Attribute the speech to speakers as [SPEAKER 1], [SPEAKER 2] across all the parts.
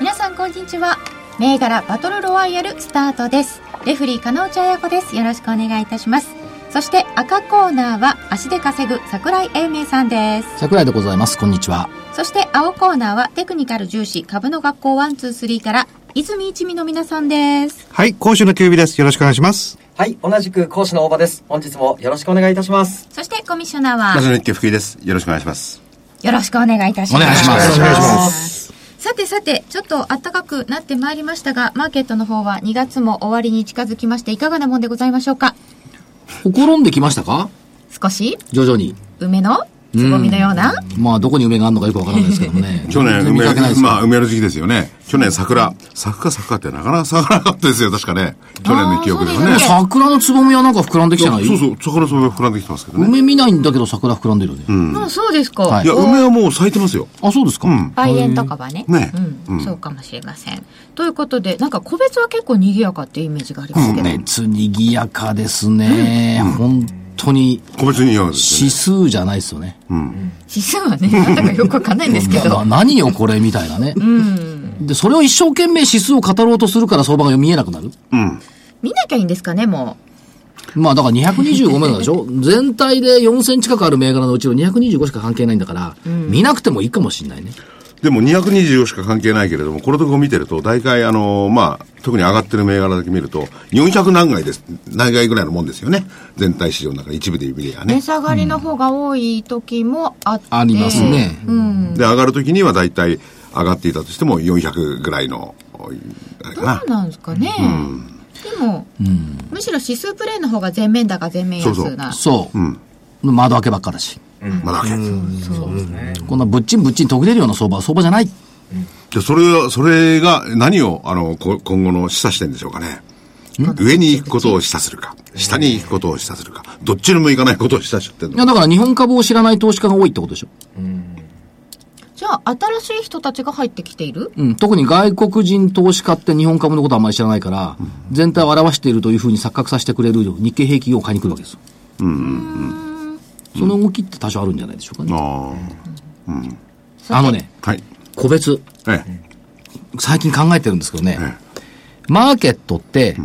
[SPEAKER 1] 皆さんこんにちは銘柄バトルロワイヤルスタートですレフリー金内彩子ですよろしくお願いいたしますそして赤コーナーは足で稼ぐ桜井英明さんです
[SPEAKER 2] 桜井でございます。こんにちは。
[SPEAKER 1] そして青コーナーはテクニカル重視株の学校123から泉一味の皆さんです
[SPEAKER 3] はい、講師のキュービです。よろしくお願いします。
[SPEAKER 4] はい、同じく講師の大場です。本日もよろしくお願いいたします。
[SPEAKER 1] そしてコミッショナーは
[SPEAKER 5] ラジオ日経福井です。よろしくお願いします。。
[SPEAKER 1] よろしくお願いいたします
[SPEAKER 2] お願いします
[SPEAKER 3] お願いします
[SPEAKER 1] さてさて、ちょっと暖かくなってまいりましたが、マーケットの方は2月も終わりに近づきまして、いかがなもんでございましょうか
[SPEAKER 2] ほころんできましたか
[SPEAKER 1] 少し
[SPEAKER 2] 徐々に。
[SPEAKER 1] 梅のつぼみのような
[SPEAKER 2] まあ、どこに梅があるのかよくわからないですけどもね
[SPEAKER 5] 去年、
[SPEAKER 2] 全然見
[SPEAKER 5] 梅
[SPEAKER 2] かけないで、すけど
[SPEAKER 5] まあ、梅の時期ですよね。去年、桜。咲くか咲くかってなかなか咲かなかったですよ、確かね。去年の記憶では
[SPEAKER 1] あー
[SPEAKER 5] ね。
[SPEAKER 1] そうです
[SPEAKER 2] 桜のつぼみはなんか膨らんできてない
[SPEAKER 5] そうそう、桜のそう膨らんできてますけどね。
[SPEAKER 2] 梅見ないんだけど桜膨らんでるよね。
[SPEAKER 1] もうそうですか。
[SPEAKER 2] はい
[SPEAKER 5] いや、梅はもう咲いてますよ。
[SPEAKER 2] あ、そうですか。
[SPEAKER 5] うん。
[SPEAKER 1] 梅園とかはね。
[SPEAKER 5] ね
[SPEAKER 1] うんそうかもしれません。ということで、なんか個別は結構賑やかっていうイメージがありますけど。
[SPEAKER 2] 熱にぎやかですね。本当に、
[SPEAKER 5] 個別に言わですよ
[SPEAKER 2] 指
[SPEAKER 5] ね。
[SPEAKER 2] 数じゃないですよね。
[SPEAKER 1] 指数はね、なんだかよくわかんないんですけ
[SPEAKER 2] な
[SPEAKER 1] ど。
[SPEAKER 2] 何よこれみたいなね。で、それを一生懸命指数を語ろうとするから相場が見えなくなる。
[SPEAKER 5] うん。
[SPEAKER 1] 見なきゃいいんですかね、も
[SPEAKER 2] まあだから225銘柄でしょ全体で4000近くある銘柄のうちの225しか関係ないんだから、見なくてもいいかもしれないね。
[SPEAKER 5] でも224しか関係ないけれども、このとこ見てると、大体、あのーまあ、特に上がってる銘柄だけ見ると、400何回です、何回ぐらいのもんですよね。全体市場の中で一部で見りゃ
[SPEAKER 1] う。値
[SPEAKER 5] ね。
[SPEAKER 1] 下がりの方が多い時もあって。
[SPEAKER 2] ありますね。
[SPEAKER 5] で、上がるときには大体上がっていたとしても400ぐらいの、あれかな
[SPEAKER 1] そう。なんですかね。でも、むしろ指数プレイの方が全面高全面安な。
[SPEAKER 2] そう。
[SPEAKER 5] うん。
[SPEAKER 2] 窓開けばっかだし。
[SPEAKER 5] まだ開け
[SPEAKER 2] こんなぶっちんぶっちん途切れるような相場は相場じゃない。
[SPEAKER 5] で、それは、それが何を、あの、こ今後の示唆してるんでしょうかね。上に行くことを示唆するか、下に行くことを示唆するか、どっちにも行かないことを示唆しちゃってる
[SPEAKER 2] いや、
[SPEAKER 5] の。
[SPEAKER 2] だから日本株を知らない投資家が多いってことでしょ。
[SPEAKER 1] じゃあ、新しい人たちが入ってきている
[SPEAKER 2] うん。特に外国人投資家って日本株のことはあんまり知らないから、全体を表しているというふうに錯覚させてくれる日経平均を買いに来るわけですよ。その動きって多少あるんじゃないでしょうかね。
[SPEAKER 5] あ
[SPEAKER 2] あのね、
[SPEAKER 5] あ。はい。
[SPEAKER 2] 個別。
[SPEAKER 5] え
[SPEAKER 2] 最近考えてるんですけどね、
[SPEAKER 5] え
[SPEAKER 2] マーケットって、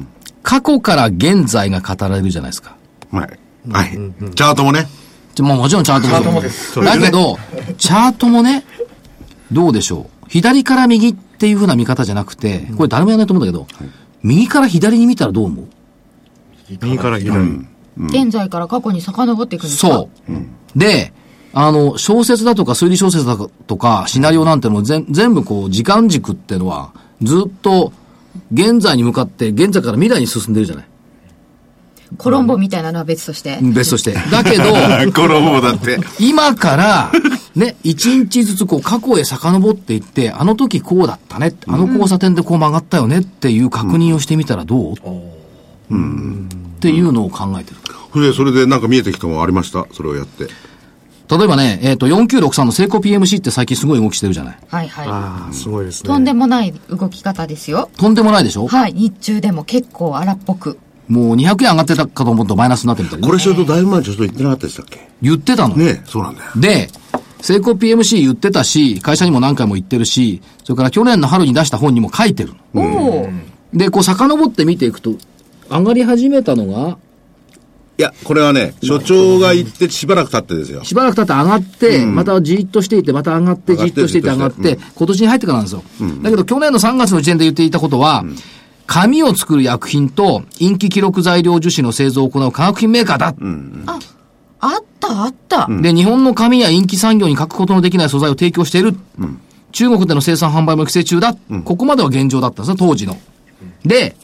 [SPEAKER 2] 過去から現在が語られるじゃないですか。
[SPEAKER 5] え。はい。はい。チャートもね。
[SPEAKER 2] じゃもうもちろんチャートもそう
[SPEAKER 4] す
[SPEAKER 2] だけど、チャートもね、どうでしょう。左から右っていうふうな見方じゃなくて、これ誰もやらないと思うんだけど、右から左に見たらどう思う
[SPEAKER 3] 右から左。
[SPEAKER 1] 現在から過去に遡っていくんですか
[SPEAKER 2] そう。で、あの、小説だとか推理小説だとか、シナリオなんてのも全全部こう、時間軸ってのは、ずっと、現在に向かって、現在から未来に進んでるじゃない。
[SPEAKER 1] コロンボみたいなのは別として。
[SPEAKER 2] 別として。だ けど、
[SPEAKER 5] この方だって。
[SPEAKER 2] 今から、ね、一日ずつこう過去へ遡っていって、あの時こうだったねって、あの交差点でこう曲がったよねっていう確認をしてみたらどう、っていうのを考えてる。
[SPEAKER 5] それで、それでなんか見えてきたもんありましたそれをやって。
[SPEAKER 2] 例えばね、えっ、と、4963のセイコ PMC って最近すごい動きしてるじゃない。
[SPEAKER 1] はいは
[SPEAKER 3] ああ、すごいです
[SPEAKER 1] い。
[SPEAKER 3] ね。
[SPEAKER 1] とんでもない動き方ですよ。
[SPEAKER 2] とんでもないでしょ
[SPEAKER 1] はい。日中でも結構荒っぽく。
[SPEAKER 2] もう200円上がってたかと思うとマイナスになってみたりね
[SPEAKER 5] これちょっとだいぶ前ちょっと言ってなかったでしたっけ
[SPEAKER 2] 言ってたの。
[SPEAKER 5] ねえ、そうなんだよ。
[SPEAKER 2] で、セイコ PMC 言ってたし、会社にも何回も言ってるし、それから去年の春に出した本にも書いてるの。
[SPEAKER 1] おおー。
[SPEAKER 2] で、こう遡って見ていくと、上がり始めたのが、
[SPEAKER 5] いや、これはね、所長が行ってしばらく経ってですよ。
[SPEAKER 2] しばらく経って上がって、またじーっとしていて、また上がって、じー
[SPEAKER 5] 上がっ
[SPEAKER 2] ってとしていて上がっ
[SPEAKER 5] じー
[SPEAKER 2] て、今年に入ってからなんですよ。だけど去年の3月の時点で言っていたことは、紙を作る薬品と、陰気記録材料樹脂の製造を行う化学品メーカーだ。
[SPEAKER 1] あったあった。
[SPEAKER 2] で、日本の紙や陰気産業に欠くことのできない素材を提供している。中国での生産販売も規制中だ。ここまでは現状だったんですよ、当時の。で、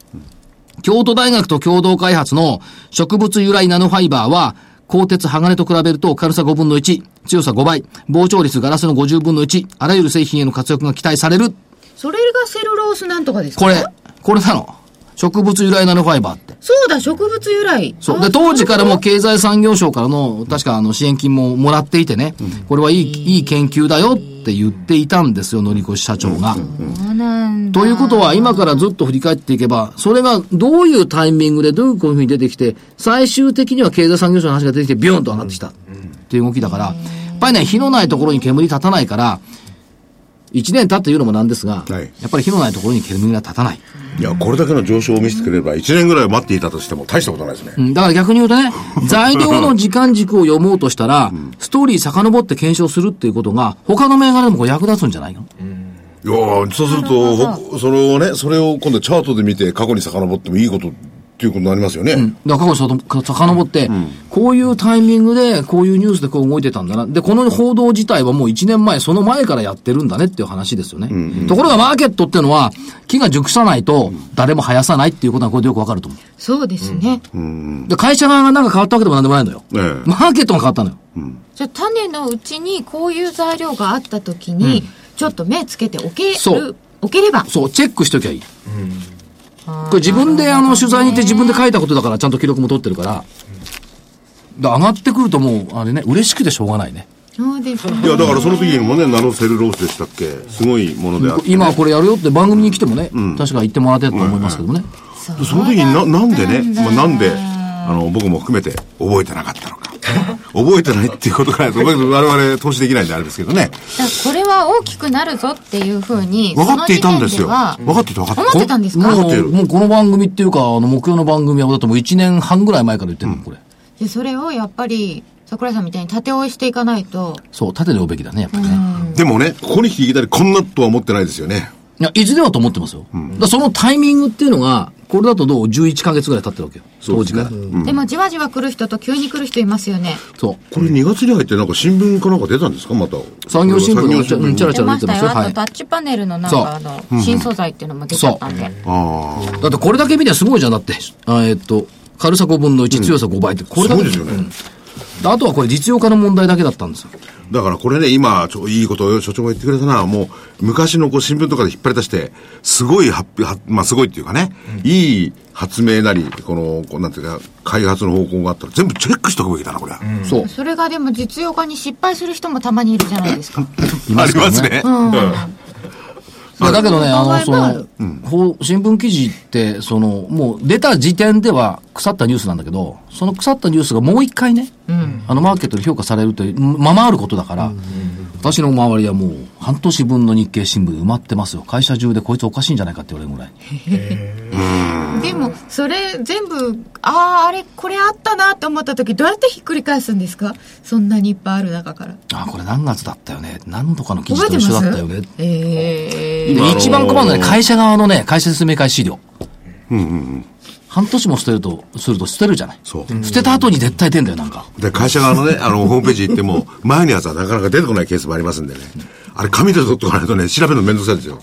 [SPEAKER 2] 京都大学と共同開発の植物由来ナノファイバーは、鋼鉄鋼と比べると軽さ5分の1、強さ5倍、膨張率ガラスの50分の1、あらゆる製品への活躍が期待される。
[SPEAKER 1] それがセルロースなんとかですか
[SPEAKER 2] これ、これなの。植物由来ナノファイバーって。
[SPEAKER 1] そうだ、植物由来。
[SPEAKER 2] そう。
[SPEAKER 1] あ
[SPEAKER 2] で、当時からも
[SPEAKER 1] そういう
[SPEAKER 2] 経済産業省からの、確かあの支援金ももらっていてね、これはいい、いい研究だよって言っていたんですよ、乗越社長が。
[SPEAKER 1] ことそうなんだ
[SPEAKER 2] ということは、今からずっと振り返っていけば、それがどういうタイミングでどういうふうに出てきて、最終的には経済産業省の話が出てきて、ビューンと上がってきたっていう動きだから、やっぱりね、火のないところに煙立たないから、1年経って言うのもなんですが、
[SPEAKER 5] はい
[SPEAKER 2] やっぱり火のないところに煙が立たない。
[SPEAKER 5] いや、これだけの上昇を見せてくれれば、1年ぐらい待っていたとしても大したことないですね。
[SPEAKER 2] うんだから逆に言うと ね、材料の時間軸を読もうとしたら、ストーリー遡って検証するっていうことが、他の銘柄でもこう役立つんじゃないの
[SPEAKER 5] いやーそうすると、ほそれをね、それを今度チャートで見て過去に遡ってもいいことっていうことになりますよね。
[SPEAKER 2] だから過去にさ遡って、こういうタイミングで、こういうニュースでこう動いてたんだな。で、この報道自体はもう1年前、その前からやってるんだねっていう話ですよね。ところがマーケットってのは、木が熟さないと、誰も生やさないっていうことがこれでよくわかると思
[SPEAKER 1] そうですね。
[SPEAKER 2] う。で、会社側がなんか変わったわけでもなんでもないのよ。
[SPEAKER 5] ええ
[SPEAKER 2] マーケットが変わったのよ。
[SPEAKER 1] じゃあ種のうちにこういう材料があった時に、ちょっと目つけておけ
[SPEAKER 2] そう
[SPEAKER 1] る、おければ。
[SPEAKER 2] そう、チェックしときゃいい。これ自分であの取材に行って自分で書いたことだからちゃんと記録も取ってるから。だ上がってくるともう、あれね、嬉しくてしょうがないね。
[SPEAKER 1] そうですね。
[SPEAKER 5] いや、だからその時にもね、ナノセルロースでしたっけすごいものであって。
[SPEAKER 2] 今はこれやるよって番組に来てもね、確か言ってもらってたと思いますけどもね。
[SPEAKER 5] でその時にな、なんでね、まあ、なんで、あの、僕も含めて覚えてなかったのか。覚えてないっていうこと から、我々投資できないんであれですけどね。
[SPEAKER 1] だからこれは大きくなるぞっていうふうに、
[SPEAKER 5] 分かっていたんですよ。
[SPEAKER 1] その時点
[SPEAKER 5] 分かっていた、分かってい
[SPEAKER 1] 思ってたんですか
[SPEAKER 2] も
[SPEAKER 5] 思ってる
[SPEAKER 2] う、もうこの番組っていうか、あの、目標の番組は、だってもう1年半ぐらい前から言ってるの、これ。
[SPEAKER 1] でそれをやっぱり、桜井さんみたいに縦追いしていかないと、
[SPEAKER 2] そう、縦で追うべきだね、やっぱりね。
[SPEAKER 5] でもね、ここに聞いたり、こんなとは思ってないですよね。
[SPEAKER 2] いや、いずれはと思ってますよ。だからそのタイミングっていうのが、これだとどう ?11 ヶ月ぐらい経ってるわけよ。当時から。
[SPEAKER 1] でもじわじわ来る人と急に来る人いますよね。
[SPEAKER 2] そう。
[SPEAKER 5] これ2月に入ってなんか新聞かなんか出たんですかまた。
[SPEAKER 2] 産業新聞のちゃ
[SPEAKER 5] 産業
[SPEAKER 2] うんチャラチ
[SPEAKER 1] 出
[SPEAKER 2] ャラ
[SPEAKER 1] ま
[SPEAKER 2] 出て
[SPEAKER 1] した
[SPEAKER 2] ます
[SPEAKER 1] よ。
[SPEAKER 2] よ。
[SPEAKER 1] あ
[SPEAKER 2] は
[SPEAKER 1] と
[SPEAKER 2] い。
[SPEAKER 1] タッチパネルのなん
[SPEAKER 2] そう
[SPEAKER 1] かあの、新素材っていうのも出ちゃったんで。
[SPEAKER 5] ああ。
[SPEAKER 2] だってこれだけ見りゃすごいじゃんだって。あえっと、軽さ5分の1、強さ5倍って、これ
[SPEAKER 5] す
[SPEAKER 2] だ
[SPEAKER 5] ご
[SPEAKER 2] け
[SPEAKER 5] いですよね。
[SPEAKER 2] あとはこれ実用化の問題だけだったんですよ。
[SPEAKER 5] だからこれね、今、ちょいいことを所長が言ってくれたな、もう、昔のこう新聞とかで引っ張り出して、すごい発表、はまあ、すごいっていうかね、いい発明なり、この、こうなんていうか、開発の方向があったら、全部チェックしておくべきだな、これは。
[SPEAKER 2] そう。
[SPEAKER 1] それがでも実用化に失敗する人もたまにいるじゃないですか。
[SPEAKER 2] い
[SPEAKER 5] あ
[SPEAKER 2] ま
[SPEAKER 5] り
[SPEAKER 2] すから
[SPEAKER 5] ますね。。
[SPEAKER 2] いやだけどね、あの、そ
[SPEAKER 1] そう考えたら
[SPEAKER 2] の、ほう新聞記事って、その、もう出た時点では腐ったニュースなんだけど、その腐ったニュースがもう一回ね、あの、マーケットで評価されるという、ままあることだから、私の周りはもう、半年分の日経新聞埋まってますよ。会社中でこいつおかしいんじゃないかって言われるぐらい。
[SPEAKER 1] でも、それ全部、ああ、あれ、これあったなって思った時、どうやってひっくり返すんですかそんなにいっぱいある中から。
[SPEAKER 2] あ、これ何月だったよね。何度かの記
[SPEAKER 1] 覚
[SPEAKER 2] 事
[SPEAKER 1] え
[SPEAKER 2] と
[SPEAKER 1] て
[SPEAKER 2] 一
[SPEAKER 1] ます
[SPEAKER 2] 緒だったよね。
[SPEAKER 1] ええ
[SPEAKER 5] 今
[SPEAKER 2] で一番困るのは
[SPEAKER 5] あ
[SPEAKER 2] ね、
[SPEAKER 5] のー
[SPEAKER 2] 会社側のね、会社説明会資料。半年も捨てると、すると捨てるじゃない。
[SPEAKER 5] そう。
[SPEAKER 2] 捨てた後に絶対出んだよ、なんか。
[SPEAKER 5] で、会社側のね、あの、ホームページ行っても、前のやつはなかなか出てこないケースもありますんでね。あれ、紙で取っとかないとね、調べるのめんどくさいんですよ。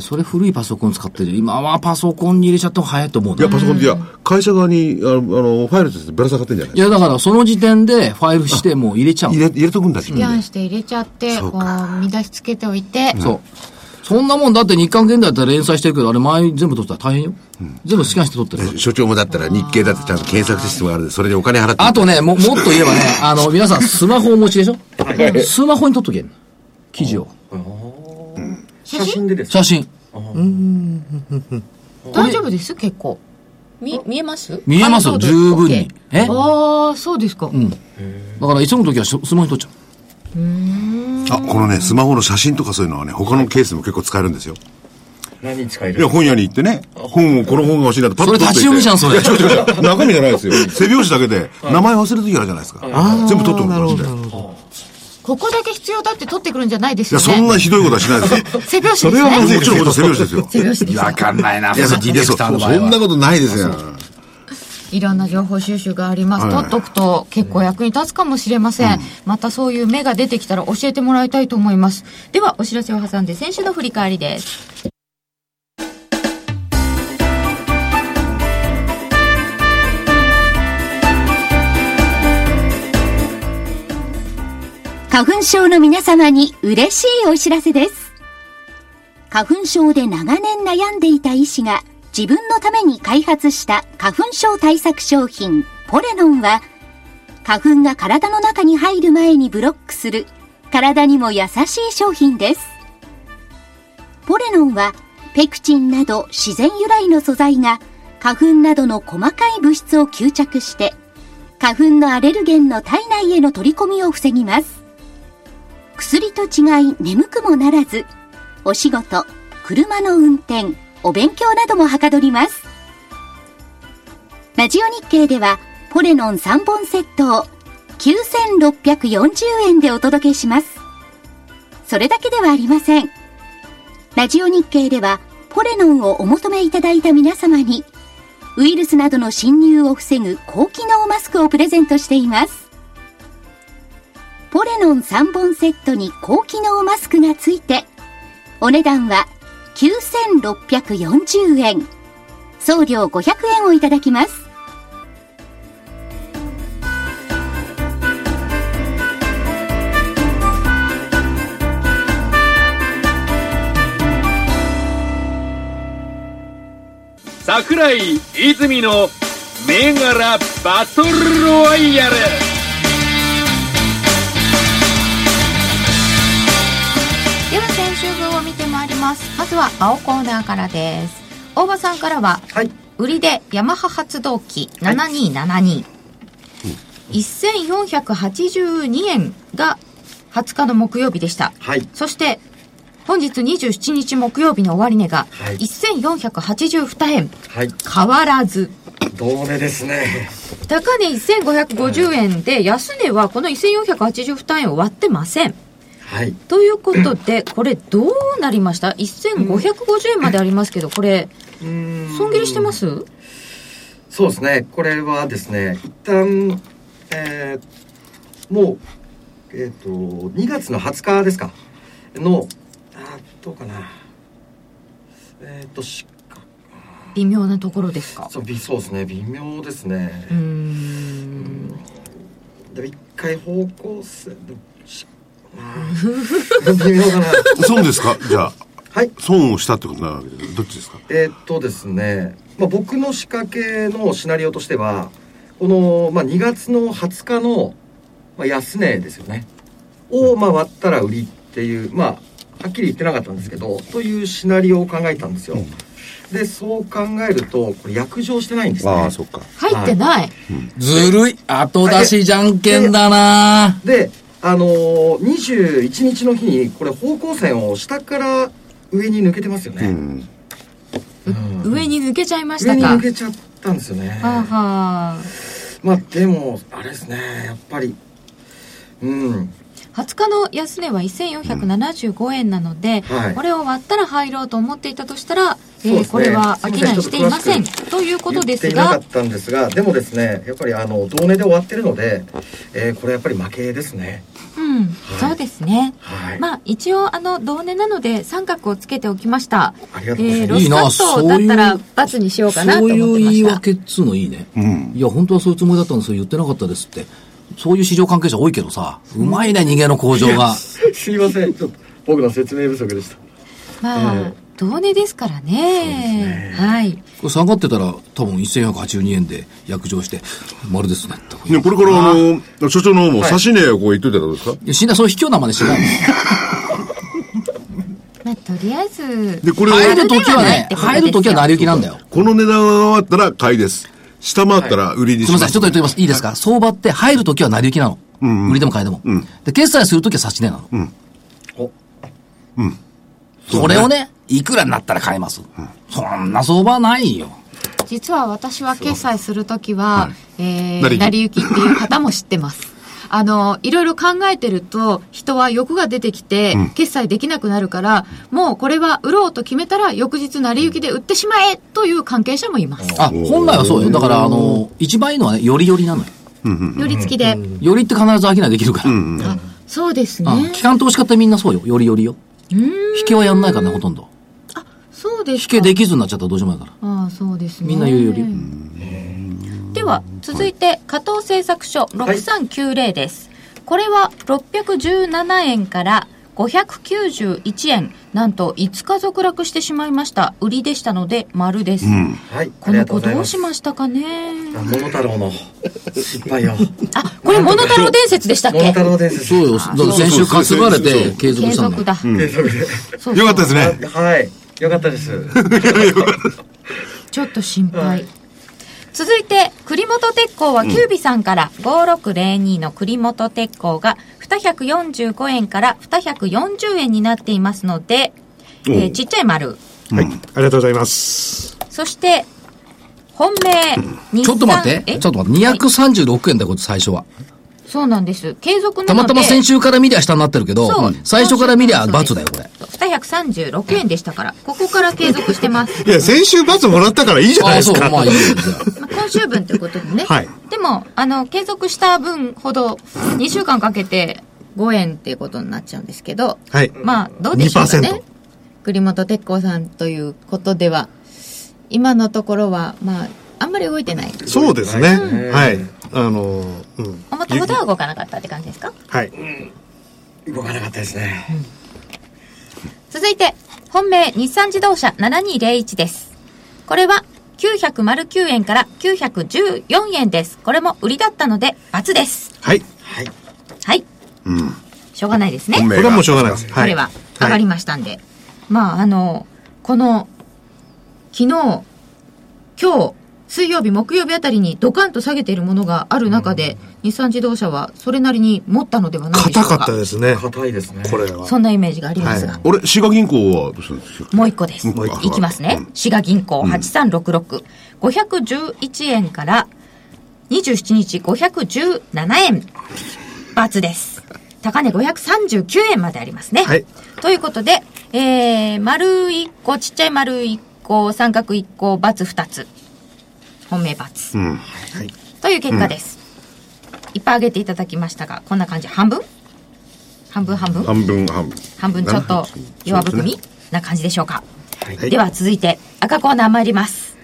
[SPEAKER 2] それ古いパソコン使ってるよ今はパソコンに入れちゃった方が早いと思う
[SPEAKER 5] い
[SPEAKER 2] な
[SPEAKER 5] や、パソコンで、いや、会社側に、あの、あのファイルとしてぶら下がってんじゃない
[SPEAKER 2] いや、だからその時点でファイルしてもう入れちゃう
[SPEAKER 5] 入
[SPEAKER 2] の。
[SPEAKER 5] れ、入れとくんだ、自
[SPEAKER 1] ー。避
[SPEAKER 5] 分
[SPEAKER 1] 難
[SPEAKER 5] で。
[SPEAKER 1] して入れちゃって、
[SPEAKER 5] そう
[SPEAKER 1] こ
[SPEAKER 5] か
[SPEAKER 1] う、見出しつけておいて、
[SPEAKER 2] そう。そんなもんだって日韓現代だったら連載してるけど、あれ前に全部撮ったら大変よ。全部スキャンして撮ってるから。
[SPEAKER 5] 所長もだったら日経だってちゃんと検索システムがあるんで、それにお金払って。
[SPEAKER 2] あとね、も、もっと言えばね、あの、皆さんスマホお持ちでしょスマホに撮っとけんの記事を。
[SPEAKER 4] 写真でですか
[SPEAKER 2] 写真。
[SPEAKER 1] 大丈夫です結構。
[SPEAKER 6] 見見えます
[SPEAKER 2] 見えます
[SPEAKER 1] あ
[SPEAKER 2] よ、
[SPEAKER 1] そうです
[SPEAKER 2] 十分に。えだか
[SPEAKER 1] ああ、そうですか。
[SPEAKER 2] ら急ぐときはしスマホに撮っちゃう。
[SPEAKER 5] あ、このね、スマホの写真とかそういうのはね、他のケースでも結構使えるんですよ。
[SPEAKER 4] 何日かい
[SPEAKER 5] いや、
[SPEAKER 4] る
[SPEAKER 5] 本屋に行ってね、本を、この本が欲しいなとパッ
[SPEAKER 2] それ
[SPEAKER 5] と取っ
[SPEAKER 2] 立
[SPEAKER 5] と
[SPEAKER 2] ち読
[SPEAKER 5] いて
[SPEAKER 2] みじゃん、それ。
[SPEAKER 5] いや違う違う違う中身じゃないですよ。背表紙だけで、名前忘れる時あるじゃないですか。全部取っておくんですね。
[SPEAKER 1] ここだけ必要だって取ってくるんじゃないです
[SPEAKER 5] いや、
[SPEAKER 1] よね。
[SPEAKER 5] そんなひどいことはしないです よ。
[SPEAKER 1] 背拍子
[SPEAKER 5] そ
[SPEAKER 1] です
[SPEAKER 5] れはもう
[SPEAKER 1] ね。
[SPEAKER 5] もちろん、もちろん背表紙ですよ。
[SPEAKER 1] 背拍子ですよ。
[SPEAKER 2] かんないな、
[SPEAKER 5] いや、そディレクターの場合はそんなことないですよ。
[SPEAKER 1] いろんな情報収集があります。
[SPEAKER 5] はい
[SPEAKER 1] 取っとくと結構役に立つかもしれません。またそういう目が出てきたら教えてもらいたいと思います。では、お知らせを挟んで先週の振り返りです。
[SPEAKER 7] 花粉症の皆様に嬉しいお知らせです。花粉症で長年悩んでいた医師が自分のために開発した花粉症対策商品ポレノンは花粉が体の中に入る前にブロックする体にも優しい商品です。ポレノンはペクチンなど自然由来の素材が花粉などの細かい物質を吸着して花粉のアレルゲンの体内への取り込みを防ぎます。薬と違い眠くもならず、お仕事、車の運転、お勉強などもはかどります。ラジオ日経ではポレノン3本セットを9640円でお届けします。それだけではありません。ラジオ日経では、ポレノンをお求めいただいた皆様に、ウイルスなどの侵入を防ぐ高機能マスクをプレゼントしています。ポレノン3本セットに高機能マスクがついて、お値段は9640円。送料500円をいただきます。
[SPEAKER 8] 桜井泉の銘柄バトルロワイヤル
[SPEAKER 1] では先週分を見てまいりますまずは青コーナーからです大場さんからは
[SPEAKER 4] はい。
[SPEAKER 1] 売りでヤマハ発動機7272、1482円が20日の木曜日でした、
[SPEAKER 4] はい
[SPEAKER 1] そして本日27日木曜日の終値が
[SPEAKER 4] はい
[SPEAKER 1] 1482円、
[SPEAKER 4] はい。
[SPEAKER 1] 変わらず
[SPEAKER 4] 同値ですね。
[SPEAKER 1] 高値1550円で安値はこの1482円を割ってません
[SPEAKER 4] はい。
[SPEAKER 1] ということで、これどうなりました ?1550 円までありますけど、これ、損切りしてます
[SPEAKER 4] そうですね。これはですね、一旦、えー、もう、えっ、と、2月の20日ですか。の、あーどうかな。えっ、と、し
[SPEAKER 1] 微妙なところですか
[SPEAKER 4] そうびそうですね。微妙ですね。
[SPEAKER 1] うーん。
[SPEAKER 4] でも一回方向性でもし微妙だな
[SPEAKER 5] 損ですかじゃあ、
[SPEAKER 4] はい
[SPEAKER 5] 損をしたってことになるわけですどっちですか
[SPEAKER 4] えーっとですね、まあ、僕の仕掛けのシナリオとしてはこの、まあ、2月の20日の、まあ、安値ですよねを、まあ、割ったら売りっていうまあはっきり言ってなかったんですけどというシナリオを考えたんですよでそう考えるとこれ約定してないんですね
[SPEAKER 5] ああ、そっか。
[SPEAKER 1] 入ってない。
[SPEAKER 2] ずるい後出しじゃんけんだな
[SPEAKER 4] で、あのー、21日の日にこれ方向線を下から上に抜けてますよね、
[SPEAKER 5] うん。
[SPEAKER 1] 上に抜けちゃいまし
[SPEAKER 4] 上
[SPEAKER 1] た
[SPEAKER 4] に
[SPEAKER 1] か
[SPEAKER 4] 抜。けちゃったんですよね
[SPEAKER 1] はあ、は
[SPEAKER 4] まあでもあれですねやっぱりうん
[SPEAKER 1] あ、20日の安値は1475円なので、
[SPEAKER 4] はい
[SPEAKER 1] これを割ったら入ろうと思っていたとしたら、え
[SPEAKER 4] そうで
[SPEAKER 1] ー
[SPEAKER 4] すね
[SPEAKER 1] これは商いしていません
[SPEAKER 4] すいま
[SPEAKER 1] ということです
[SPEAKER 4] 言っていな
[SPEAKER 1] が
[SPEAKER 4] かっ、たんですがでもですねやっぱりあの同値で終わってるので、えーこれやっぱり負けで すね
[SPEAKER 1] うん、そうですね。
[SPEAKER 4] はい、
[SPEAKER 1] まあ一応あの同値なので三角をつけておきました。
[SPEAKER 4] あり
[SPEAKER 1] え
[SPEAKER 4] がとうございます
[SPEAKER 1] ー、ロ
[SPEAKER 2] い
[SPEAKER 1] ス
[SPEAKER 2] いな
[SPEAKER 1] カットだったら罰にしようかなと
[SPEAKER 2] そう
[SPEAKER 1] 思っ
[SPEAKER 2] い
[SPEAKER 1] て
[SPEAKER 2] う
[SPEAKER 1] ました。
[SPEAKER 2] 言い訳っつうのいいね。いや、本当はそういうつもりだったんですよ。言ってなかったですって。そういう市場関係者多いけどさ、うまいね、人間の向上が。
[SPEAKER 4] すいませ んちょっと僕の説明不足でした
[SPEAKER 1] まあ、
[SPEAKER 4] ええ
[SPEAKER 1] 同値ですからねはい。
[SPEAKER 2] これ下がってたら、多分1482円で約定して、丸ですね。と
[SPEAKER 5] ね、これから、あの、所長の方も差し値をこう言っといたらどうですか、
[SPEAKER 2] いや死んだ、そう卑怯な真似してない。
[SPEAKER 1] まあとりあえず、
[SPEAKER 5] で、これ
[SPEAKER 2] 入
[SPEAKER 5] は、
[SPEAKER 2] る時はね、
[SPEAKER 1] ではな
[SPEAKER 2] 入
[SPEAKER 1] いってことですよ
[SPEAKER 2] る時は成り行きなんだよ。
[SPEAKER 5] この値段が終わったら買いです。下回ったら売りに
[SPEAKER 2] す
[SPEAKER 5] し
[SPEAKER 2] みま
[SPEAKER 5] ま
[SPEAKER 2] せん、
[SPEAKER 5] す。
[SPEAKER 2] ちょっと言っておきます。いいですか相場って入るときは成り行きなの。
[SPEAKER 5] んうん
[SPEAKER 2] 売りでも買いでも。で、決済するときは差し値なの。
[SPEAKER 4] お
[SPEAKER 2] それをね、いくらになったら買えます。そんな相場はないよ。
[SPEAKER 1] 実は私は決済するときは、え
[SPEAKER 5] 成り行
[SPEAKER 1] ー、
[SPEAKER 5] き
[SPEAKER 1] 成り行きっていう方も知ってます。あの、いろいろ考えてると、人は欲が出てきて、決済できなくなるから、もうこれは売ろうと決めたら、翌日成り行きで売ってしまえという関係者もいます。
[SPEAKER 2] あ、本来はそうよ。だから、あの、一番いいのはね、よりよりなのよ。
[SPEAKER 1] 寄り付きで。
[SPEAKER 2] よりって必ず商いできるから。
[SPEAKER 1] あそうですね。
[SPEAKER 2] あ機関投資家ってみんなそうよ。よりよりよ。引けはやんないからね、ほとんど。
[SPEAKER 1] そうです
[SPEAKER 2] 引
[SPEAKER 1] か
[SPEAKER 2] けできずになっちゃったらどうしようもないから。
[SPEAKER 1] ああそうですね
[SPEAKER 2] みんな言うより
[SPEAKER 1] では続いて加藤製作所6390です、これは617円から591円なんと5日続落してしまいました売りでしたので丸です、
[SPEAKER 5] うん。
[SPEAKER 4] はい、あ
[SPEAKER 1] こ
[SPEAKER 4] り
[SPEAKER 1] の
[SPEAKER 4] がと
[SPEAKER 1] 子
[SPEAKER 4] うござい
[SPEAKER 1] ど
[SPEAKER 4] ま
[SPEAKER 1] う
[SPEAKER 4] す。
[SPEAKER 1] しましたかね
[SPEAKER 4] あ桃太郎の 失敗を。
[SPEAKER 1] あこれモノタロウ伝説でしたっ
[SPEAKER 4] 桃
[SPEAKER 1] け
[SPEAKER 4] 太郎伝説。
[SPEAKER 2] そうよ。だから先週担がれて継続
[SPEAKER 1] 継
[SPEAKER 2] したんだ
[SPEAKER 1] 続
[SPEAKER 2] よ。
[SPEAKER 1] だ、
[SPEAKER 4] 継続
[SPEAKER 1] そ
[SPEAKER 4] で。
[SPEAKER 1] うそう
[SPEAKER 3] よかったですね。
[SPEAKER 4] あ はい。よかったです。
[SPEAKER 1] ちょっと心
[SPEAKER 4] は
[SPEAKER 1] 配
[SPEAKER 4] い。
[SPEAKER 1] 続いて、栗本鉄工はキュービさんから、5602の栗本鉄工が245円から240円になっていますので、えー
[SPEAKER 5] おう
[SPEAKER 1] ちっちゃい丸。
[SPEAKER 3] はい。ありがとうございます。
[SPEAKER 1] そして、本命、日産
[SPEAKER 2] ちょっと待って。ちょっと待って。
[SPEAKER 1] はい
[SPEAKER 2] 236円だよ、これ最初は。
[SPEAKER 1] そうなんです。継続な
[SPEAKER 2] た
[SPEAKER 1] の
[SPEAKER 2] ま
[SPEAKER 1] で
[SPEAKER 2] たま先週から見りゃ下になってるけど
[SPEAKER 1] そう、
[SPEAKER 2] 最初から見りゃ罰だよ、これ。
[SPEAKER 1] 236円でしたから、ここから継続してます。
[SPEAKER 3] いや、先週罰もらったからいいじゃない
[SPEAKER 2] あ
[SPEAKER 3] で
[SPEAKER 2] あ、
[SPEAKER 3] す
[SPEAKER 2] そう、
[SPEAKER 3] か。
[SPEAKER 2] まあいいよ、じゃあ。
[SPEAKER 1] まあ今週分ということでね。
[SPEAKER 3] はい
[SPEAKER 1] でも、あの、継続した分ほど、2週間かけて5円っていうことになっちゃうんですけど、
[SPEAKER 3] はい。
[SPEAKER 1] まあ、どうでしょうかね
[SPEAKER 3] 2%。
[SPEAKER 1] 栗本鉄工さんということでは、今のところは、まあ、あんまり動いてない。
[SPEAKER 3] そうですね。
[SPEAKER 4] うん
[SPEAKER 3] はい。あのー、うん。
[SPEAKER 1] 思ったほどは動かなかったって感じですか
[SPEAKER 3] はい。
[SPEAKER 4] 動かなかったですね。
[SPEAKER 1] 続いて、本命日産自動車7201です。これは、909円から914円です。これも売りだったので、×です。
[SPEAKER 3] はい。
[SPEAKER 4] はい。
[SPEAKER 1] はい。
[SPEAKER 5] うん。
[SPEAKER 1] しょうがないですね。
[SPEAKER 5] 本
[SPEAKER 3] こ
[SPEAKER 5] 命
[SPEAKER 3] れはもうしょうがないです。
[SPEAKER 1] これは上がり
[SPEAKER 3] ま
[SPEAKER 1] ましたんで、まああのこの昨日今日水曜日木曜日あたりにドカンと下げているものがある中で、日産自動車はそれなりに持ったのではないでしょ
[SPEAKER 3] 硬
[SPEAKER 1] うか
[SPEAKER 3] かったですね。
[SPEAKER 4] 硬いですね。
[SPEAKER 3] これは。
[SPEAKER 1] そんなイメージがありますが、
[SPEAKER 3] は
[SPEAKER 5] 俺、滋賀銀行はどうしたんですか
[SPEAKER 1] もう一個です。
[SPEAKER 5] もう一個
[SPEAKER 1] いきますね
[SPEAKER 5] うん。
[SPEAKER 1] 滋賀銀行8366。511円から27日517円。×です。高値539円までありますね。
[SPEAKER 3] はい
[SPEAKER 1] ということで、えー、丸1個、ちっちゃい丸1個、三角1個、×2 つ。本命×。
[SPEAKER 5] うん。
[SPEAKER 1] という結果です。いっぱい上げていただきましたが、こんな感じ。半分半分半分
[SPEAKER 5] 半分、半分。
[SPEAKER 1] 半分ちょっと弱含みな感じでしょうか、
[SPEAKER 3] い
[SPEAKER 1] では続いて赤コーナー参ります、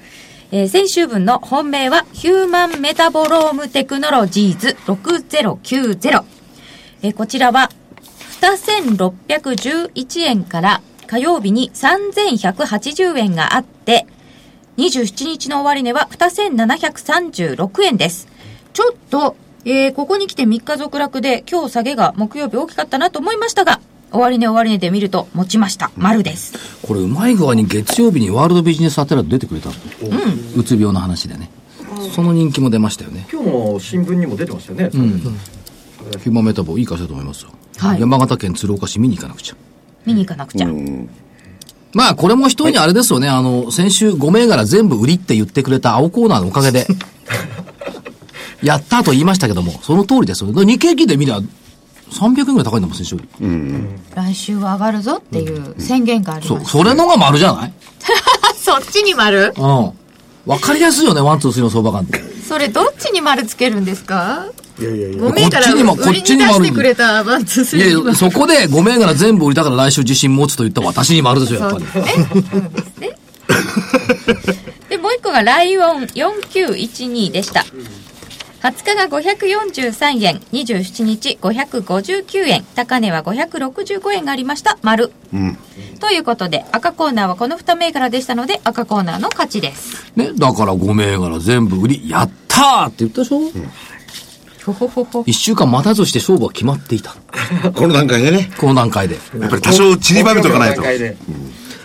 [SPEAKER 1] えー先週分の本命はヒューマンメタボロームテクノロジーズ6090、えーこちらは2611円から火曜日に3180円があって27日の終値は2736円です。ちょっと、えーここに来て3日続落で、今日下げが木曜日大きかったなと思いましたが、終値終値で見ると持ちました。丸です。
[SPEAKER 2] これうまい具合に月曜日にワールドビジネスサテライト出てくれたのうつ病の話でねその人気も出ましたよね
[SPEAKER 4] 今日の新聞にも出てましたよね。
[SPEAKER 2] ヒューマンメタボいい会社だと思いますよ、
[SPEAKER 1] はい
[SPEAKER 2] 山形県鶴岡市見に行かなくちゃ
[SPEAKER 1] 見に行かなくちゃ。
[SPEAKER 2] まあこれも一人にあれですよね、あの先週5銘柄全部売りって言ってくれた青コーナーのおかげ でやったと言いましたけどもその通りですよ日経平均で見りゃ300円ぐらい高いんだもん先週より
[SPEAKER 1] 来週は上がるぞっていう宣言があり
[SPEAKER 2] そ
[SPEAKER 1] ま
[SPEAKER 2] う
[SPEAKER 1] す。
[SPEAKER 2] それのが丸じゃない
[SPEAKER 1] あ、そっちに丸
[SPEAKER 2] うんわかりやすいよねワンツースリーの相場感って
[SPEAKER 1] それどっちに丸つけるんですか
[SPEAKER 3] いやいやいや。
[SPEAKER 1] ごめんから
[SPEAKER 2] こっちにも
[SPEAKER 1] 売り
[SPEAKER 2] こっ
[SPEAKER 1] に
[SPEAKER 2] ち
[SPEAKER 1] 出
[SPEAKER 2] にもある
[SPEAKER 1] してくれたバンツス
[SPEAKER 2] い
[SPEAKER 1] リ
[SPEAKER 2] や
[SPEAKER 1] ー
[SPEAKER 2] いや、そこで5銘柄全部売りだから来週自信持つと言った私に丸ですよ、やっぱり。
[SPEAKER 1] そうですね。 で、もう一個がライオン4912でした。20日が543円、27日559円、高値は565円がありました、丸。
[SPEAKER 5] うん。
[SPEAKER 1] ということで、赤コーナーはこの2銘柄でしたので、赤コーナーの勝ちです。
[SPEAKER 2] ね、だから5銘柄全部売り、やったーって言ったでしょ、
[SPEAKER 1] ほほほほ。
[SPEAKER 2] ?1 週間待たずして勝負は決まっていた。
[SPEAKER 5] この段階でね。
[SPEAKER 2] この段階で。
[SPEAKER 5] やっぱり多少散りばめとかないと
[SPEAKER 4] 東京の段。階で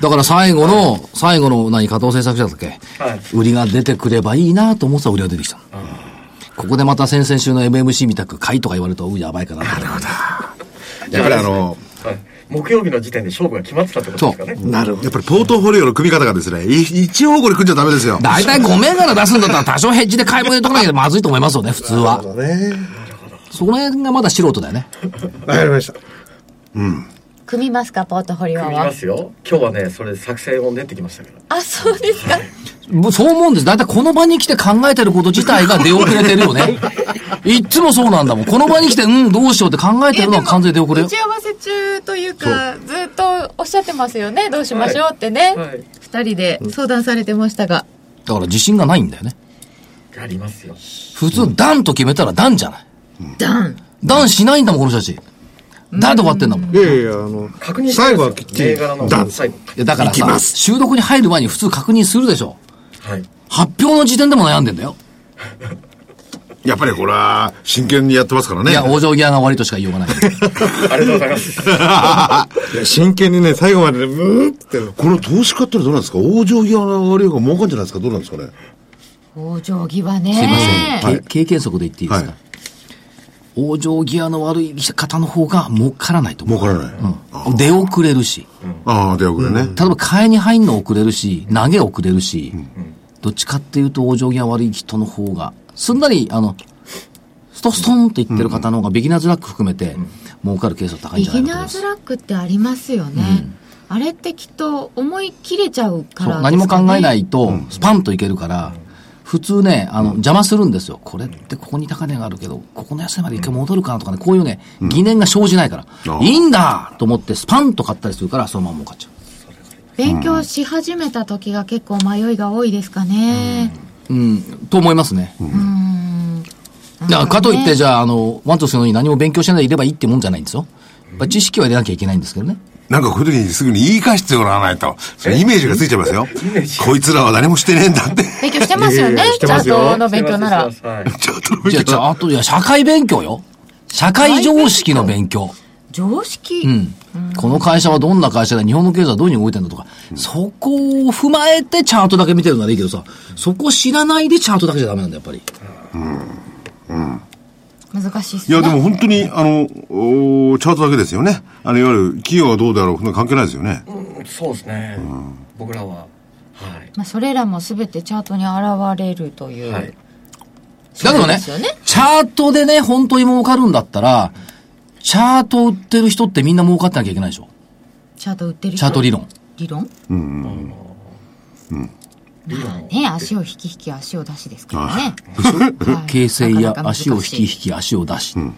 [SPEAKER 2] だから最後の、最後の何、加藤製作者だっけ、
[SPEAKER 4] はい
[SPEAKER 2] 売りが出てくればいいなと思ってたら売りが出てきたの。ここでまた先々週の MMC みたく買いとか言われると、うやばいかなって
[SPEAKER 5] やっぱりあの、
[SPEAKER 4] はい木曜日の時点で勝負が決まってたってことですかね。
[SPEAKER 3] なるほ
[SPEAKER 5] やっぱりポートフォリオの組み方がですね、い一方向に組んじゃダメですよ。
[SPEAKER 2] 大体5銘柄出すんだったら多少ヘッジで買い物入れとかなきゃまずいと思いますよね、普通は。
[SPEAKER 3] どね。
[SPEAKER 2] その辺がまだ素人だよね。
[SPEAKER 3] わかりました。
[SPEAKER 1] 組みますか、ポートフォリオ
[SPEAKER 4] 組み
[SPEAKER 1] は
[SPEAKER 4] ま。すよ。今日はね、それ作戦を練ってきましたから。
[SPEAKER 1] あ、そうですか。
[SPEAKER 2] もうそう思うんです。だいたいこの場に来て考えてること自体が出遅れてるよね。いっつもそうなんだもん。この場に来て、うん、どうしようって考えてるのは完全に出遅れ
[SPEAKER 1] 打
[SPEAKER 2] よ
[SPEAKER 1] ち。合わせ中というか、ずっとおっしゃってますよね、どうしましょうってね。
[SPEAKER 4] はいはい
[SPEAKER 1] 2人で相談されてましたが。
[SPEAKER 2] だから自信がないんだよね。
[SPEAKER 4] ありますよ。
[SPEAKER 2] 普通、ダンと決めたらダンじゃない。
[SPEAKER 1] ダン
[SPEAKER 2] ダンしないんだもん、この人たち。誰と終わってんだもん。い
[SPEAKER 3] いやいや、あの
[SPEAKER 4] 確認、したい
[SPEAKER 3] 最
[SPEAKER 4] ですよ
[SPEAKER 3] 後はきっちり
[SPEAKER 4] 銘柄の
[SPEAKER 3] ダンス
[SPEAKER 4] 最後。
[SPEAKER 2] や、だから
[SPEAKER 3] 行き
[SPEAKER 2] さ、
[SPEAKER 3] ます
[SPEAKER 2] 収録に入る前に普通確認するでしょ。
[SPEAKER 4] はい。
[SPEAKER 2] 発表の時点でも悩んでんだよ。
[SPEAKER 5] やっぱりこれは、真剣にやってますからね。
[SPEAKER 2] いや、往生際が悪いとしか言いようがない。
[SPEAKER 4] ありがとうございます。
[SPEAKER 3] いや真剣にね、最後までね、うーんって。
[SPEAKER 5] この投資家ってのはどうなんですか往生際の悪い方が儲かんじゃないですかどうなんですかね
[SPEAKER 1] 往生際ね。
[SPEAKER 2] すいません、け
[SPEAKER 5] はい
[SPEAKER 2] 経験則で言っていいですか、
[SPEAKER 5] はい
[SPEAKER 2] 往生際の悪い方の方が儲からないと思
[SPEAKER 5] 儲
[SPEAKER 2] う。
[SPEAKER 5] からない。
[SPEAKER 2] うん出遅れるし、
[SPEAKER 5] ああ、出遅れね。
[SPEAKER 2] 例えば買いに入んの遅れるし、投げ遅れるし、どっちかっていうと往生際悪い人の方が、すんなり、あの、ストストンって言ってる方の方が、ビギナーズラック含めて、儲かるケースは高いん
[SPEAKER 1] ビ
[SPEAKER 2] じゃないかと思
[SPEAKER 1] ギ
[SPEAKER 2] い
[SPEAKER 1] ナー
[SPEAKER 2] ます
[SPEAKER 1] ズ。ラックってありますよね。あれってきっと思い切れちゃうから
[SPEAKER 2] そう、何も考えな
[SPEAKER 1] で
[SPEAKER 2] いと、スパンといけるから、普通ね、あの、邪魔するんですよ。これってここに高値があるけど、ここの安値まで一回戻るかなとかね、こういうね、疑念が生じないから、
[SPEAKER 5] ああ
[SPEAKER 2] いいんだと思ってスパンと買ったりするから、そのまま儲かっちゃ
[SPEAKER 1] すかね。勉強し始めた時が結構迷いが多いですかね。
[SPEAKER 2] う。うん、と思いますね。
[SPEAKER 1] うん。
[SPEAKER 2] だからかといって、じ
[SPEAKER 1] ゃ
[SPEAKER 2] ゃあ、あの、ワンとスのに何も勉強しないでいればいいってもんじゃないんですよ。やっぱ知識は入れなきゃいけないんですけどね。
[SPEAKER 5] なんかこういう時にすぐに言い返してもらわないと、そのイメージがついちゃ いますよ
[SPEAKER 4] メージ。
[SPEAKER 5] こいつらは誰もしてねえんだって。
[SPEAKER 1] 勉強してますよ
[SPEAKER 3] い
[SPEAKER 1] ね
[SPEAKER 3] やいやし。て
[SPEAKER 1] チャ
[SPEAKER 3] ま
[SPEAKER 1] ー
[SPEAKER 3] すよ
[SPEAKER 1] トの勉強なら。
[SPEAKER 4] はい。
[SPEAKER 5] ちょっと
[SPEAKER 2] じゃあ、ちょあと、いや、社会勉強よ。社会常識の勉強。
[SPEAKER 1] 常識、
[SPEAKER 2] うん。この会社はどんな会社で日本の経済はどういうふうに動いてるのとか、そこを踏まえてチャートだけ見てるならいいけどさ、そこ知らないでチャートだけじゃダメなんだよ、やっぱり。
[SPEAKER 1] 難しいっす
[SPEAKER 5] い
[SPEAKER 1] ね。
[SPEAKER 5] や、でも本当に、あの、おーチャートだけですよね。あの、いわゆる企業がどうであろう、そんなの関係ないですよね。
[SPEAKER 4] うんそうですね。僕らは。はい。
[SPEAKER 1] まあ、それらも全てチャートに現れるという。
[SPEAKER 4] はい。
[SPEAKER 2] だけどね
[SPEAKER 1] そうですよね、
[SPEAKER 2] チャートでね、本当に儲かるんだったら、チャート売ってる人ってみんな儲かってなきゃいけないでしょ。
[SPEAKER 1] チャート売ってる人
[SPEAKER 2] チャート理論。
[SPEAKER 1] 理論うんうんまあね足を引き引き足を出しですからねはい
[SPEAKER 2] 形勢
[SPEAKER 1] な
[SPEAKER 2] や
[SPEAKER 1] かなか難し
[SPEAKER 2] 足
[SPEAKER 1] い
[SPEAKER 2] を引き引き足を出し。だか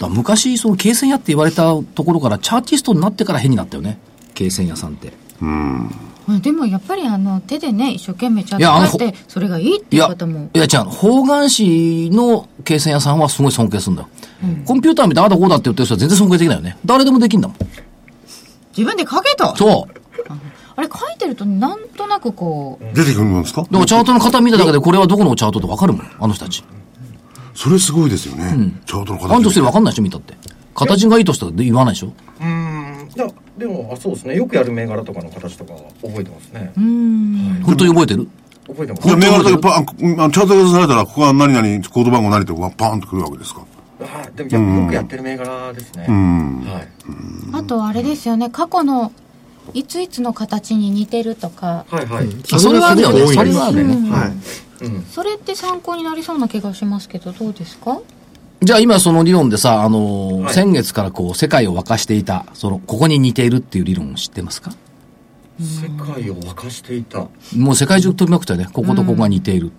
[SPEAKER 2] ら昔、その形線屋って言われたところから、チャーティストになってから変になったよね。形線屋さんって。
[SPEAKER 1] まあでもやっぱりあの手でね一生懸命チャ
[SPEAKER 2] いやあの
[SPEAKER 1] ートやってそれがいいって
[SPEAKER 2] い
[SPEAKER 1] いう
[SPEAKER 2] や、
[SPEAKER 1] 方も
[SPEAKER 2] いや違うの。方眼紙の計算屋さんはすごい尊敬するんだよ。コンピューターみたいなああだこうだって言ってる人は全然尊敬できないよね。誰でもできんだもん。
[SPEAKER 1] 自分で書けと
[SPEAKER 2] そう。
[SPEAKER 1] あれ書いてるとなんとなくこう
[SPEAKER 5] 出てくるもんですか
[SPEAKER 2] でもチャートの方見ただけでこれはどこのチャートってわかるもん。あの人たち。
[SPEAKER 5] それすごいですよね。チャートの形。
[SPEAKER 2] 安藤すればわかんないでしょ、見たって。形がいいとしたら言わないでしょ。
[SPEAKER 4] うん。いや、でも、あ、そうですね。よくやる銘柄とかの形とかは覚えてますね。
[SPEAKER 2] 本当に覚えてる
[SPEAKER 4] 覚えてます
[SPEAKER 5] じゃあ、銘柄だけパン、あチャートだけされたら、ここは何々、コード番号何とかパーンとくるわけですか。
[SPEAKER 4] はい。でも、よくやってる銘柄ですね。はい。
[SPEAKER 1] あとあれですよね過去のいついつの形に似てるとか
[SPEAKER 4] はいはい。
[SPEAKER 2] あそれはあるよね。
[SPEAKER 3] すごく
[SPEAKER 2] そ
[SPEAKER 3] 多い
[SPEAKER 2] れ
[SPEAKER 3] です
[SPEAKER 2] はあるよね。
[SPEAKER 3] はい。
[SPEAKER 1] それって参考になりそうな気がしますけどどうですか
[SPEAKER 2] じゃあ今その理論でさ、あのー
[SPEAKER 4] はい
[SPEAKER 2] 先月からこう、世界を沸かしていた、その、ここに似ているっていう理論を知ってますか
[SPEAKER 4] 世界を沸かしていた。
[SPEAKER 2] もう世界中飛びまくったよね。こことここが似ている。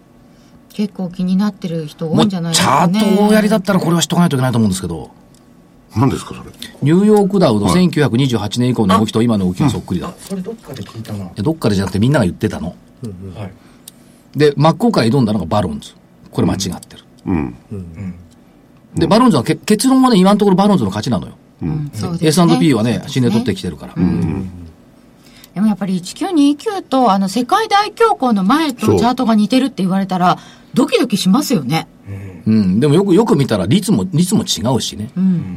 [SPEAKER 1] 結構気になってる人多
[SPEAKER 2] も
[SPEAKER 1] い
[SPEAKER 2] うんチ
[SPEAKER 1] じゃ
[SPEAKER 2] ャ
[SPEAKER 1] ないですかね
[SPEAKER 2] ートをやりだったらこれは知っとかないといけないと思うんですけど。
[SPEAKER 5] 何ですか、それ。
[SPEAKER 2] ニューヨークダウの
[SPEAKER 5] はい
[SPEAKER 2] 1928年以降の動きと今の動きがそっくりだ。い
[SPEAKER 4] あ、それどっかで聞いたな。は
[SPEAKER 2] やどっかでじゃなくてみんなが言ってたの。
[SPEAKER 4] い。
[SPEAKER 2] で、真っ向から挑んだのがバロンズ。これ間違ってる。
[SPEAKER 5] うん。
[SPEAKER 2] で、バロンズはけ結論はね、今のところバロンズの勝ちなのよ。
[SPEAKER 1] うんそうですね
[SPEAKER 2] S&P はね、新年取ってきてるから。
[SPEAKER 1] でもやっぱり1929とあの世界大恐慌の前
[SPEAKER 5] そ
[SPEAKER 1] と
[SPEAKER 5] う
[SPEAKER 1] チャートが似てるって言われたらドキドキしますよね。
[SPEAKER 2] うん。でもよく、よく見たら率も、率も違うしね。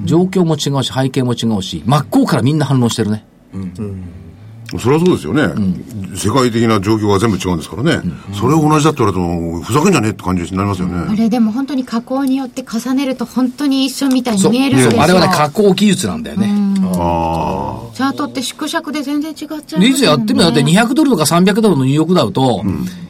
[SPEAKER 2] 状況も違うし、背景も違うし、真っ向からみんな反論してるね。
[SPEAKER 5] それはそうですよね。世界的な状況が全部違うんですからね。それを同じだって言われても、ふざけんじゃねえって感じになりますよ
[SPEAKER 1] あ
[SPEAKER 5] ね。
[SPEAKER 1] れでも本当に加工によって重ねると本当に一緒みたいに
[SPEAKER 2] そう。
[SPEAKER 1] 見えるんです
[SPEAKER 2] そう
[SPEAKER 1] よ。
[SPEAKER 2] あれはね、加工技術なんだよね。
[SPEAKER 5] ああ。
[SPEAKER 1] チャートって縮尺で全然違っちゃいますよね。
[SPEAKER 2] いつやってみたら、だって200ドルとか300ドルのニューヨークダウと、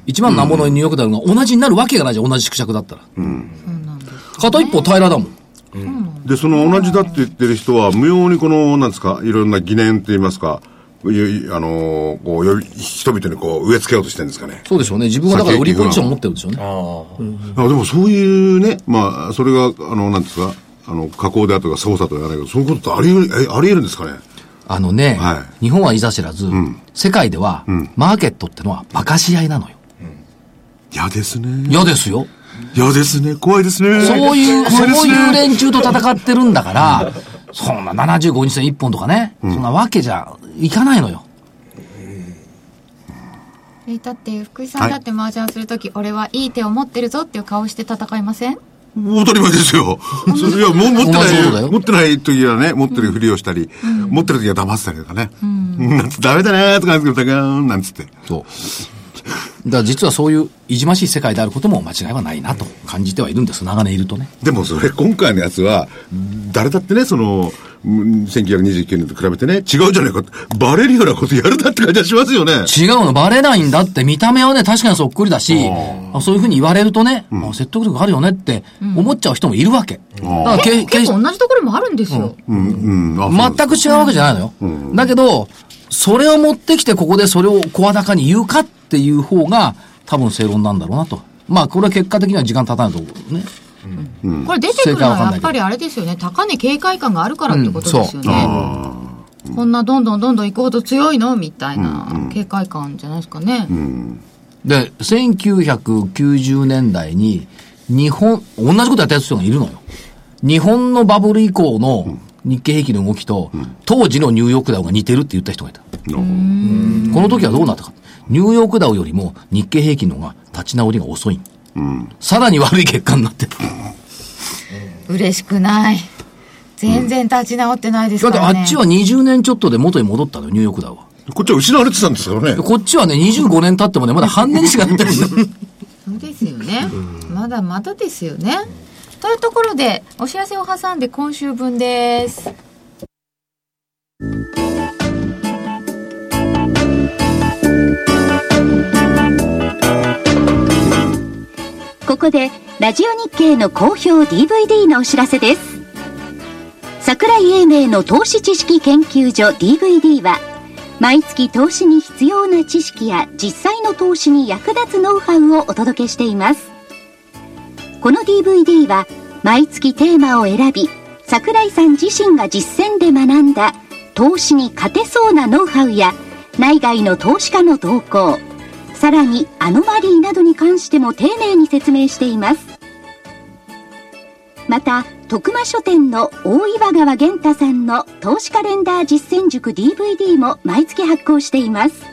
[SPEAKER 2] 1万なんぼのニューヨークダウが同じになるわけがないじゃん、同じ縮尺だったら。
[SPEAKER 1] そうなんです。
[SPEAKER 2] 片一方平らだもん。
[SPEAKER 5] で、その同じだって言ってる人は、無用にこの、なんですか、いろんな疑念と言いますか、ゆあのーこう、呼び人々にこう、植え付けようとしてるんですかね。
[SPEAKER 2] そうでしょうね。自分はだから売りポジションを持ってるんでしょうね。
[SPEAKER 5] あでもそういうね、まあ、それが、あの、なんですか、あの、加工であったか操作とかじゃないけど、そういうことってあり得る、え、あり得るんですかね。
[SPEAKER 2] あのね、
[SPEAKER 5] は
[SPEAKER 2] 日本はいざ知らず、世界では、マーケットってのは馬鹿し合いなのよ。
[SPEAKER 5] 嫌ですね。
[SPEAKER 2] 嫌ですよ。
[SPEAKER 5] 嫌ですね。怖いですね。
[SPEAKER 2] そういう、
[SPEAKER 5] 怖
[SPEAKER 2] そ
[SPEAKER 5] です
[SPEAKER 2] う
[SPEAKER 5] ね
[SPEAKER 2] いう連中と戦ってるんだから、そんな75日線1本とかね、そんなわけじゃいかないのよ。
[SPEAKER 1] えだって福井さんだって麻雀するとき、俺はいい手を持ってるぞっていう顔して戦いません
[SPEAKER 5] 当たり前ですよ。 それいや、もう持っ
[SPEAKER 2] 同じこ
[SPEAKER 5] て
[SPEAKER 2] と
[SPEAKER 5] な
[SPEAKER 2] だ
[SPEAKER 5] い、
[SPEAKER 2] よ
[SPEAKER 5] 持ってない時はね、持ってるふりをしたり、持ってる時は黙ってたりとかね。なんつってダメだねーとかなんつって、ガーンなんつって。
[SPEAKER 2] そう。だから実はそういういじましい世界であることも間違いはないなと感じてはいるんです。長年いるとね。
[SPEAKER 5] でもそれ、今回のやつは、誰だってね、その、うん1929年と比べてね、違うじゃないかって、バレるようなことやるなって感じはしますよね。
[SPEAKER 2] 違うの、バレないんだって、見た目はね、確かにそっくりだし、あそういうふうに言われるとね、あ説得力あるよねって思っちゃう人もいるわけ。だからけけ
[SPEAKER 1] 結構同じところもあるんですよ、
[SPEAKER 5] うん、うん、あそう
[SPEAKER 2] 全く違うわけじゃないのよ。だけど、それを持ってきてここでそれを声高に言うかっていう方が、多分正論なんだろうなと。まあ、これは結果的には時間経たないと思うね。
[SPEAKER 1] これ出てくるのはやっぱりあれですよね高値警戒感があるからってことですよね、こんなどんどんどんどん行くほど強いのみたいな警戒感じゃないですかね、
[SPEAKER 2] で、1990年代に、日本、同じことやったやつがいるのよ。日本のバブル以降の日経平均の動きと、当時のニューヨークダウが似てるって言った人がいた。この時はどうなったか。ニューヨークダウよりも日経平均の方が立ち直りが遅い。さらに悪い結果になってる。
[SPEAKER 1] 嬉しくない全然立ち直ってないです
[SPEAKER 2] だ
[SPEAKER 1] か
[SPEAKER 2] って
[SPEAKER 1] ら
[SPEAKER 2] あ
[SPEAKER 1] ね、
[SPEAKER 2] っちは20年ちょっとで元に戻ったのよ、ニューヨークダウは。
[SPEAKER 5] こっちは失われてたんですからね
[SPEAKER 2] で。こっちはね、25年経ってもね、ま だ半年しか経ってないんだよ。
[SPEAKER 1] そうですよね。まだまだですよね。というところで、お知らせを挟んで今週分です。
[SPEAKER 7] ここでラジオ日経の好評 DVD のお知らせです桜井英明の投資知識研究所 DVD は毎月投資に必要な知識や実際の投資に役立つノウハウをお届けしていますこの DVD は毎月テーマを選び桜井さん自身が実践で学んだ投資に勝てそうなノウハウや内外の投資家の動向さらにアノマリーなどに関しても丁寧に説明していますまた徳間書店の大岩川源太さんの投資カレンダー実践塾 DVD も毎月発行しています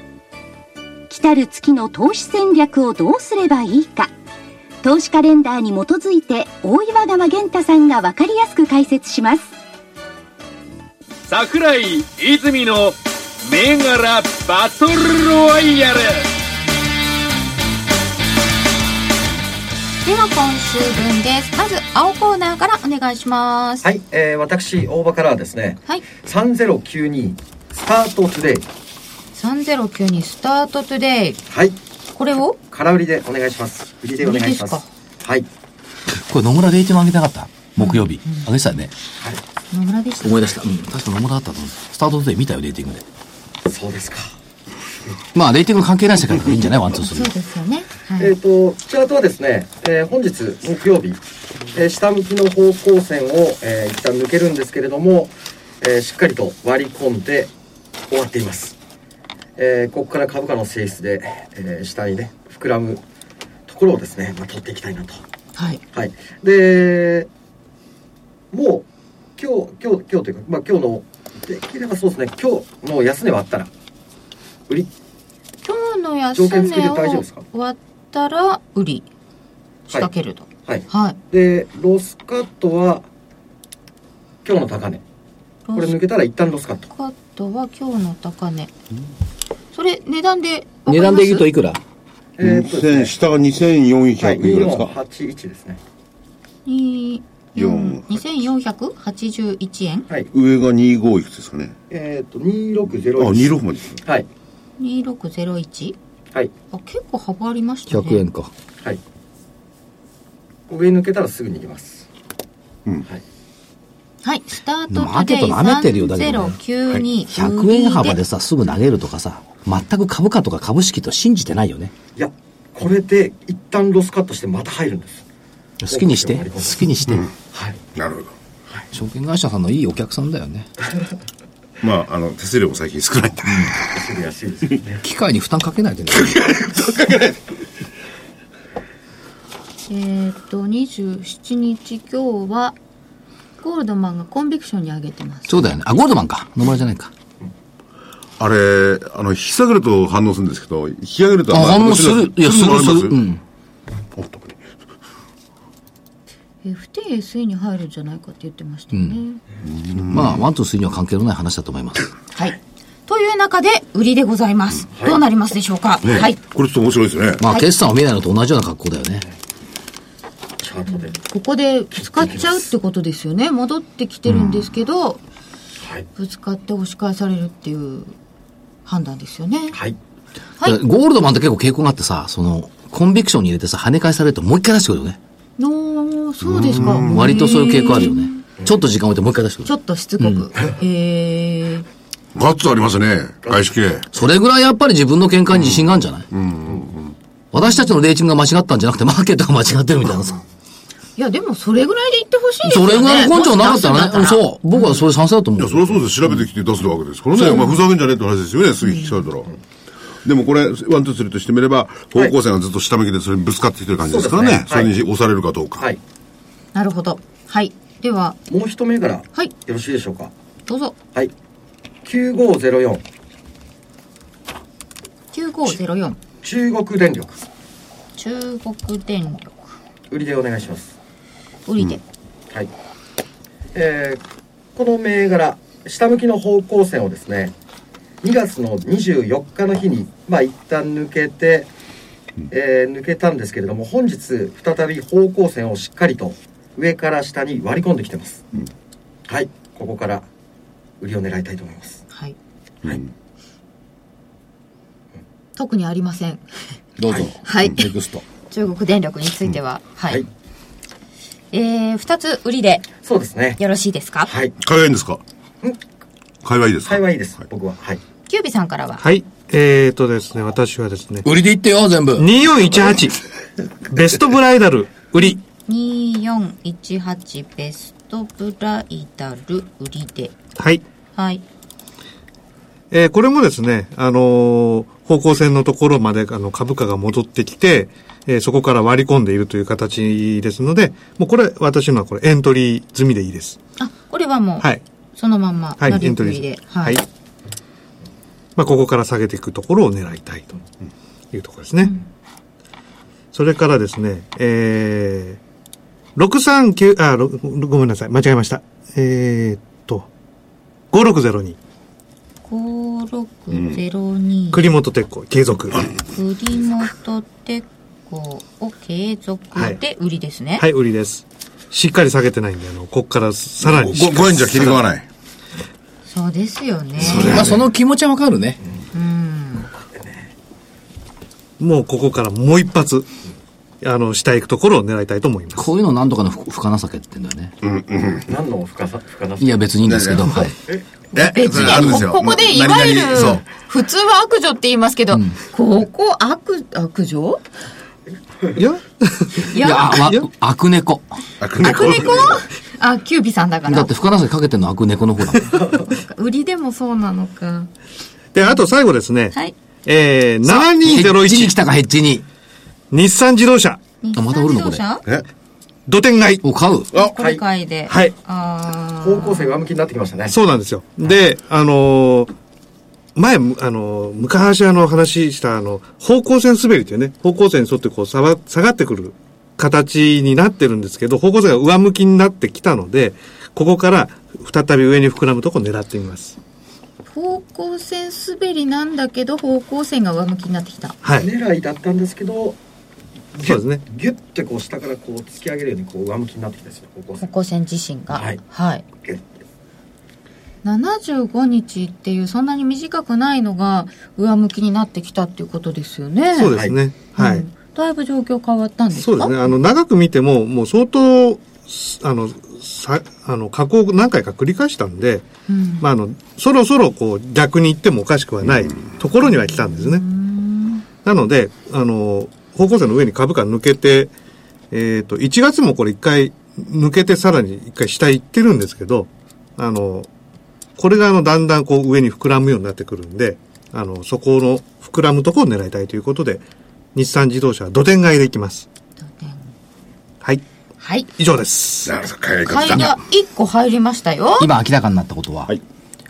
[SPEAKER 7] 来たる月の投資戦略をどうすればいいか投資カレンダーに基づいて大岩川源太さんが分かりやすく解説します
[SPEAKER 8] 桜井泉の銘柄バトルロワイヤル
[SPEAKER 1] では今週分です。まず、青コーナーからお願いします。
[SPEAKER 4] はい、えー、私大場からはですね
[SPEAKER 1] はい。
[SPEAKER 4] 3092スタートトゥデイ
[SPEAKER 1] 3092スタートトゥデイ。
[SPEAKER 4] はい
[SPEAKER 1] これを
[SPEAKER 4] 空売りでお願いします売りでお願いしま
[SPEAKER 1] 売りです
[SPEAKER 4] すはい
[SPEAKER 2] これ野村レイテも上げてなかった木曜日。上げてたよね。
[SPEAKER 1] 野村でした。
[SPEAKER 2] 思い出した。うん。確か野村だったと思う。スタートで見たよ、レーティングで。
[SPEAKER 4] そうですか
[SPEAKER 2] まあ、レーティング関係ない世界だからいいんじゃないワン、ツー、ス
[SPEAKER 1] そ
[SPEAKER 2] リ
[SPEAKER 1] う
[SPEAKER 2] ー。
[SPEAKER 1] ですよね。はい。
[SPEAKER 4] えっ、とチャートはですね、えー本日木曜日、えー下向きの方向線を、えー一旦抜けるんですけれども、えーしっかりと割り込んで終わっています、えーここから株価の性質で、えー下にね膨らむところをですね、まあ、取っていきたいなと
[SPEAKER 1] はい。
[SPEAKER 4] はい、でもう今日今日今日というか、まあ、今日のできればそうですね今日の安値はあったら売り
[SPEAKER 1] 今日の安
[SPEAKER 4] 条件付け
[SPEAKER 1] 値
[SPEAKER 4] て大丈夫
[SPEAKER 1] を
[SPEAKER 4] ですか
[SPEAKER 1] 割ったら、売り。仕掛けると。
[SPEAKER 4] はい
[SPEAKER 1] はい。
[SPEAKER 4] でロスカットは今日の高値これ抜けたら一旦ロスカット
[SPEAKER 1] カットは今日の高値。それ、値段で。
[SPEAKER 2] 値段で言うと
[SPEAKER 1] い
[SPEAKER 2] いくら
[SPEAKER 4] えーっとです
[SPEAKER 5] 2000
[SPEAKER 4] ね
[SPEAKER 5] 下が2400
[SPEAKER 4] はい
[SPEAKER 5] いくらですか、
[SPEAKER 4] 2481ですね
[SPEAKER 1] い
[SPEAKER 5] 四
[SPEAKER 1] 2481円
[SPEAKER 4] はい
[SPEAKER 5] 上が25いくつですかね。
[SPEAKER 4] えーっと
[SPEAKER 5] あ、
[SPEAKER 4] 2601
[SPEAKER 5] 26までですね。
[SPEAKER 4] はい
[SPEAKER 1] 2601
[SPEAKER 4] はい
[SPEAKER 1] あ結構幅ありましたね
[SPEAKER 2] ?100 円か。
[SPEAKER 4] はい上抜けたらすぐ逃げます
[SPEAKER 5] うん
[SPEAKER 4] はい、
[SPEAKER 1] はいスタート
[SPEAKER 2] マー
[SPEAKER 1] ト
[SPEAKER 2] ケ
[SPEAKER 1] デ
[SPEAKER 2] ッ
[SPEAKER 1] イ
[SPEAKER 2] ト舐めてるよだけどね
[SPEAKER 1] 3092
[SPEAKER 2] 100円幅でさ、すぐ投げるとかさ、全く株価とか株式と信じてないよね。
[SPEAKER 4] いやこれで一旦ロスカットしてまた入るんです
[SPEAKER 2] 好きにして、
[SPEAKER 4] うん
[SPEAKER 2] 好きにして。
[SPEAKER 4] はい
[SPEAKER 5] なるほど。
[SPEAKER 2] 証券会社さんのいいお客さんだよね。
[SPEAKER 5] まあ、あの、手数料も最近少ないんで。
[SPEAKER 4] すぐ安いですよね
[SPEAKER 2] 機械に負担かけないでね。
[SPEAKER 1] えーっと27日今日はゴールドマンがコンビクションに上げてます。
[SPEAKER 2] そうだよね。あ、ゴールドマンか。野村じゃないか。
[SPEAKER 5] あれ、あの、引き下げると反応するんですけど、引き上げると
[SPEAKER 2] あ、反応
[SPEAKER 5] も
[SPEAKER 2] する。いや、するする。うん。
[SPEAKER 5] お特に
[SPEAKER 1] FTSE に入るんじゃないかって言ってましたよね。
[SPEAKER 2] まあ、ワンとスリーには関係のない話だと思います。
[SPEAKER 1] はい。という中で、売りでございます。どうなりますでしょうか、
[SPEAKER 5] ね、
[SPEAKER 1] はい。
[SPEAKER 5] これちょっと面白いですね。
[SPEAKER 2] まあ、決算を見えないのと同じような格好だよね。
[SPEAKER 4] チャートで。
[SPEAKER 1] ここで使っちゃうってことですよね。戻ってきてるんですけど、
[SPEAKER 4] はい。
[SPEAKER 1] ぶつかって押し返されるっていう判断ですよね。
[SPEAKER 4] はい。
[SPEAKER 1] はい
[SPEAKER 2] だからゴールドマンって結構傾向があってさ、その、コンビクションに入れてさ、跳ね返されるともう一回出してくるよね。
[SPEAKER 1] のそうですか。
[SPEAKER 2] 割とそういう傾向あるよ
[SPEAKER 1] へ
[SPEAKER 2] ね
[SPEAKER 1] ー。
[SPEAKER 2] ちょっと時間置いてもう一回出してく
[SPEAKER 1] ちょ
[SPEAKER 2] る。
[SPEAKER 1] っとしつこく。えー、
[SPEAKER 5] ガッツありますね。外資系。
[SPEAKER 2] それぐらいやっぱり自分の見解に自信があるんじゃない私たちのレーティングが間違ったんじゃなくて、マーケットが間違ってるみたいなさ。
[SPEAKER 1] いや、でもそれぐらいで言ってほしいです
[SPEAKER 2] そ
[SPEAKER 1] よね。
[SPEAKER 2] れぐらいの根性なかった
[SPEAKER 1] もし出すんだ
[SPEAKER 2] らね。そう。僕はそれ賛成だと思
[SPEAKER 5] いうや、。そりゃそうです。調べてきて出すわけですからね。お前ふざけんじゃねえって話ですよね。すぐ引き下げたら。でもこれ、ワン、ツー、スリーとしてみれば、方向性がずっと下向きでそれにぶつかってきてる感じですからね。そ
[SPEAKER 4] そうですね
[SPEAKER 5] れに押されるかどうか。
[SPEAKER 4] はい。
[SPEAKER 1] なるほど。はい。では、
[SPEAKER 4] もう一銘柄。
[SPEAKER 1] はい
[SPEAKER 4] よろしいでしょうか。
[SPEAKER 1] どうぞ。
[SPEAKER 4] はい。9504。
[SPEAKER 1] 9504。
[SPEAKER 4] 中国電力。
[SPEAKER 1] 中国電力。
[SPEAKER 4] 売りでお願いします。
[SPEAKER 1] 売りで。
[SPEAKER 4] はい。えーこの銘柄、下向きの方向線をですね、2月の24日の日に、まあ一旦抜けて、えー抜けたんですけれども、本日、再び方向線をしっかりと上から下に割り込んできてます。はい、ここから売りを狙いたいと思います。
[SPEAKER 1] はい。
[SPEAKER 5] はい
[SPEAKER 1] 特にありません。
[SPEAKER 2] どうぞ。
[SPEAKER 1] はい
[SPEAKER 2] ネクスト。
[SPEAKER 1] 中国電力については。はい。
[SPEAKER 4] はい
[SPEAKER 1] えー、2つ売りで
[SPEAKER 4] そうですね。
[SPEAKER 1] よろしいですか
[SPEAKER 4] はい。
[SPEAKER 5] 会話いいんですか会話いいですか
[SPEAKER 4] 幸いいです、僕は。はい。
[SPEAKER 1] キュービさんからは。
[SPEAKER 3] はい。えーとですね、私はですね、
[SPEAKER 2] 売りで言ってよ、全部。
[SPEAKER 3] 2418、ベストブライダル、売り。
[SPEAKER 1] 2418ベストブライダル売りで。
[SPEAKER 3] はい。
[SPEAKER 1] はい。
[SPEAKER 3] えーこれもですね、あのー方向線のところまであの株価が戻ってきて、えーそこから割り込んでいるという形ですので、もうこれ、私のはこれエントリー済みでいいです。
[SPEAKER 1] あ、これはもう、
[SPEAKER 3] はい。
[SPEAKER 1] そのまんま、
[SPEAKER 3] はい、
[SPEAKER 1] 乗り
[SPEAKER 3] エント
[SPEAKER 1] 売
[SPEAKER 3] リ
[SPEAKER 1] り
[SPEAKER 3] ー済み
[SPEAKER 1] で。。
[SPEAKER 3] はい。まあ、ここから下げていくところを狙いたいというところですね。それからですね、えー、639、あ、ろごめんなさい、間違えました。えーっと、5602、
[SPEAKER 1] 5602、
[SPEAKER 3] 栗本鉄工、継続。
[SPEAKER 1] 栗本鉄工を継続で売りですね。
[SPEAKER 3] はい、売りです。しっかり下げてないんで、あの、こっからさらにしっかり。
[SPEAKER 5] ごご縁じゃ切り替わない。
[SPEAKER 1] そうですよね。
[SPEAKER 2] まあ、その気持ちはわかるね。
[SPEAKER 3] もうここからもう一発、あの、下行くところを狙いたいと思います。
[SPEAKER 2] こういうのなんとかの不可なさけって言うんだよね。
[SPEAKER 4] 何の深さ、深さ
[SPEAKER 2] いや、別にいいんですけど、はい。
[SPEAKER 5] え、それあるんですよ。
[SPEAKER 1] こここでいわゆる
[SPEAKER 5] 何々そう。、
[SPEAKER 1] 普通は悪女って言いますけど、ここ悪、悪女
[SPEAKER 3] いや、
[SPEAKER 1] い
[SPEAKER 2] いや、
[SPEAKER 1] や、
[SPEAKER 2] わ悪猫。
[SPEAKER 5] 悪
[SPEAKER 1] 悪猫あ、キュービさんだか
[SPEAKER 2] だ
[SPEAKER 1] ら
[SPEAKER 2] って、。深田さんにかけてんの悪猫の 方だもん。
[SPEAKER 1] 売りでもそうなのか。
[SPEAKER 3] で、あと最後ですね。
[SPEAKER 1] はい。
[SPEAKER 3] えー、
[SPEAKER 2] ヘッジに来
[SPEAKER 3] 7201、
[SPEAKER 2] たか、ヘッジに。
[SPEAKER 3] 日産自動車、
[SPEAKER 2] あまた売るのこれ
[SPEAKER 1] 日産自動車
[SPEAKER 5] え
[SPEAKER 3] 土天買い。
[SPEAKER 2] を買う。
[SPEAKER 5] あ、
[SPEAKER 1] これ買いで。
[SPEAKER 3] はい。
[SPEAKER 1] あ
[SPEAKER 4] 方向性上向きになってきましたね。
[SPEAKER 3] そうなんですよ。で、あのー前、むあのー、昔あの話したあの、方向線滑りっていうね、方向線に沿ってこう下が下がってくる形になってるんですけど、方向線が上向きになってきたので、ここから再び上に膨らむところを狙ってみます。
[SPEAKER 1] ー方向線滑りなんだけど、方向線が上向きになってきた。
[SPEAKER 3] はい。
[SPEAKER 4] 狙いだったんですけど、
[SPEAKER 3] そうですね。
[SPEAKER 4] ギュッてこう下からこう突き上げるようにこう上向きになってきたんですよ方向
[SPEAKER 1] 方
[SPEAKER 4] 線
[SPEAKER 1] 向線自身が。
[SPEAKER 4] はい
[SPEAKER 1] はい。
[SPEAKER 4] ギュッて
[SPEAKER 1] 75日っていうそんなに短くないのが上向きになってきたっていうことですよね。
[SPEAKER 3] そうですね。はい。
[SPEAKER 1] うんだいぶ状況変わったんですか
[SPEAKER 3] そうですね。あの、長く見ても、もう相当、すあの、さ、あの、加工を何回か繰り返したんで、
[SPEAKER 1] うん
[SPEAKER 3] まあ、あの、そろそろこう、逆に行ってもおかしくはないところには来たんですね。なので、あの、方向性の上に株価抜けて、えっ、と、1月もこれ一回抜けてさらに一回下行ってるんですけど、あの、これがあの、だんだんこう上に膨らむようになってくるんで、あの、そこの膨らむところを狙いたいということで、日産自動車は土点買いでいきます。
[SPEAKER 1] だって
[SPEAKER 3] はい。
[SPEAKER 1] はい。
[SPEAKER 3] 以上です。
[SPEAKER 5] なるほど、海外
[SPEAKER 1] 買い
[SPEAKER 5] から来
[SPEAKER 1] が
[SPEAKER 5] た。
[SPEAKER 1] 1個入りましたよ。
[SPEAKER 2] 今明らかになったことは
[SPEAKER 5] はい、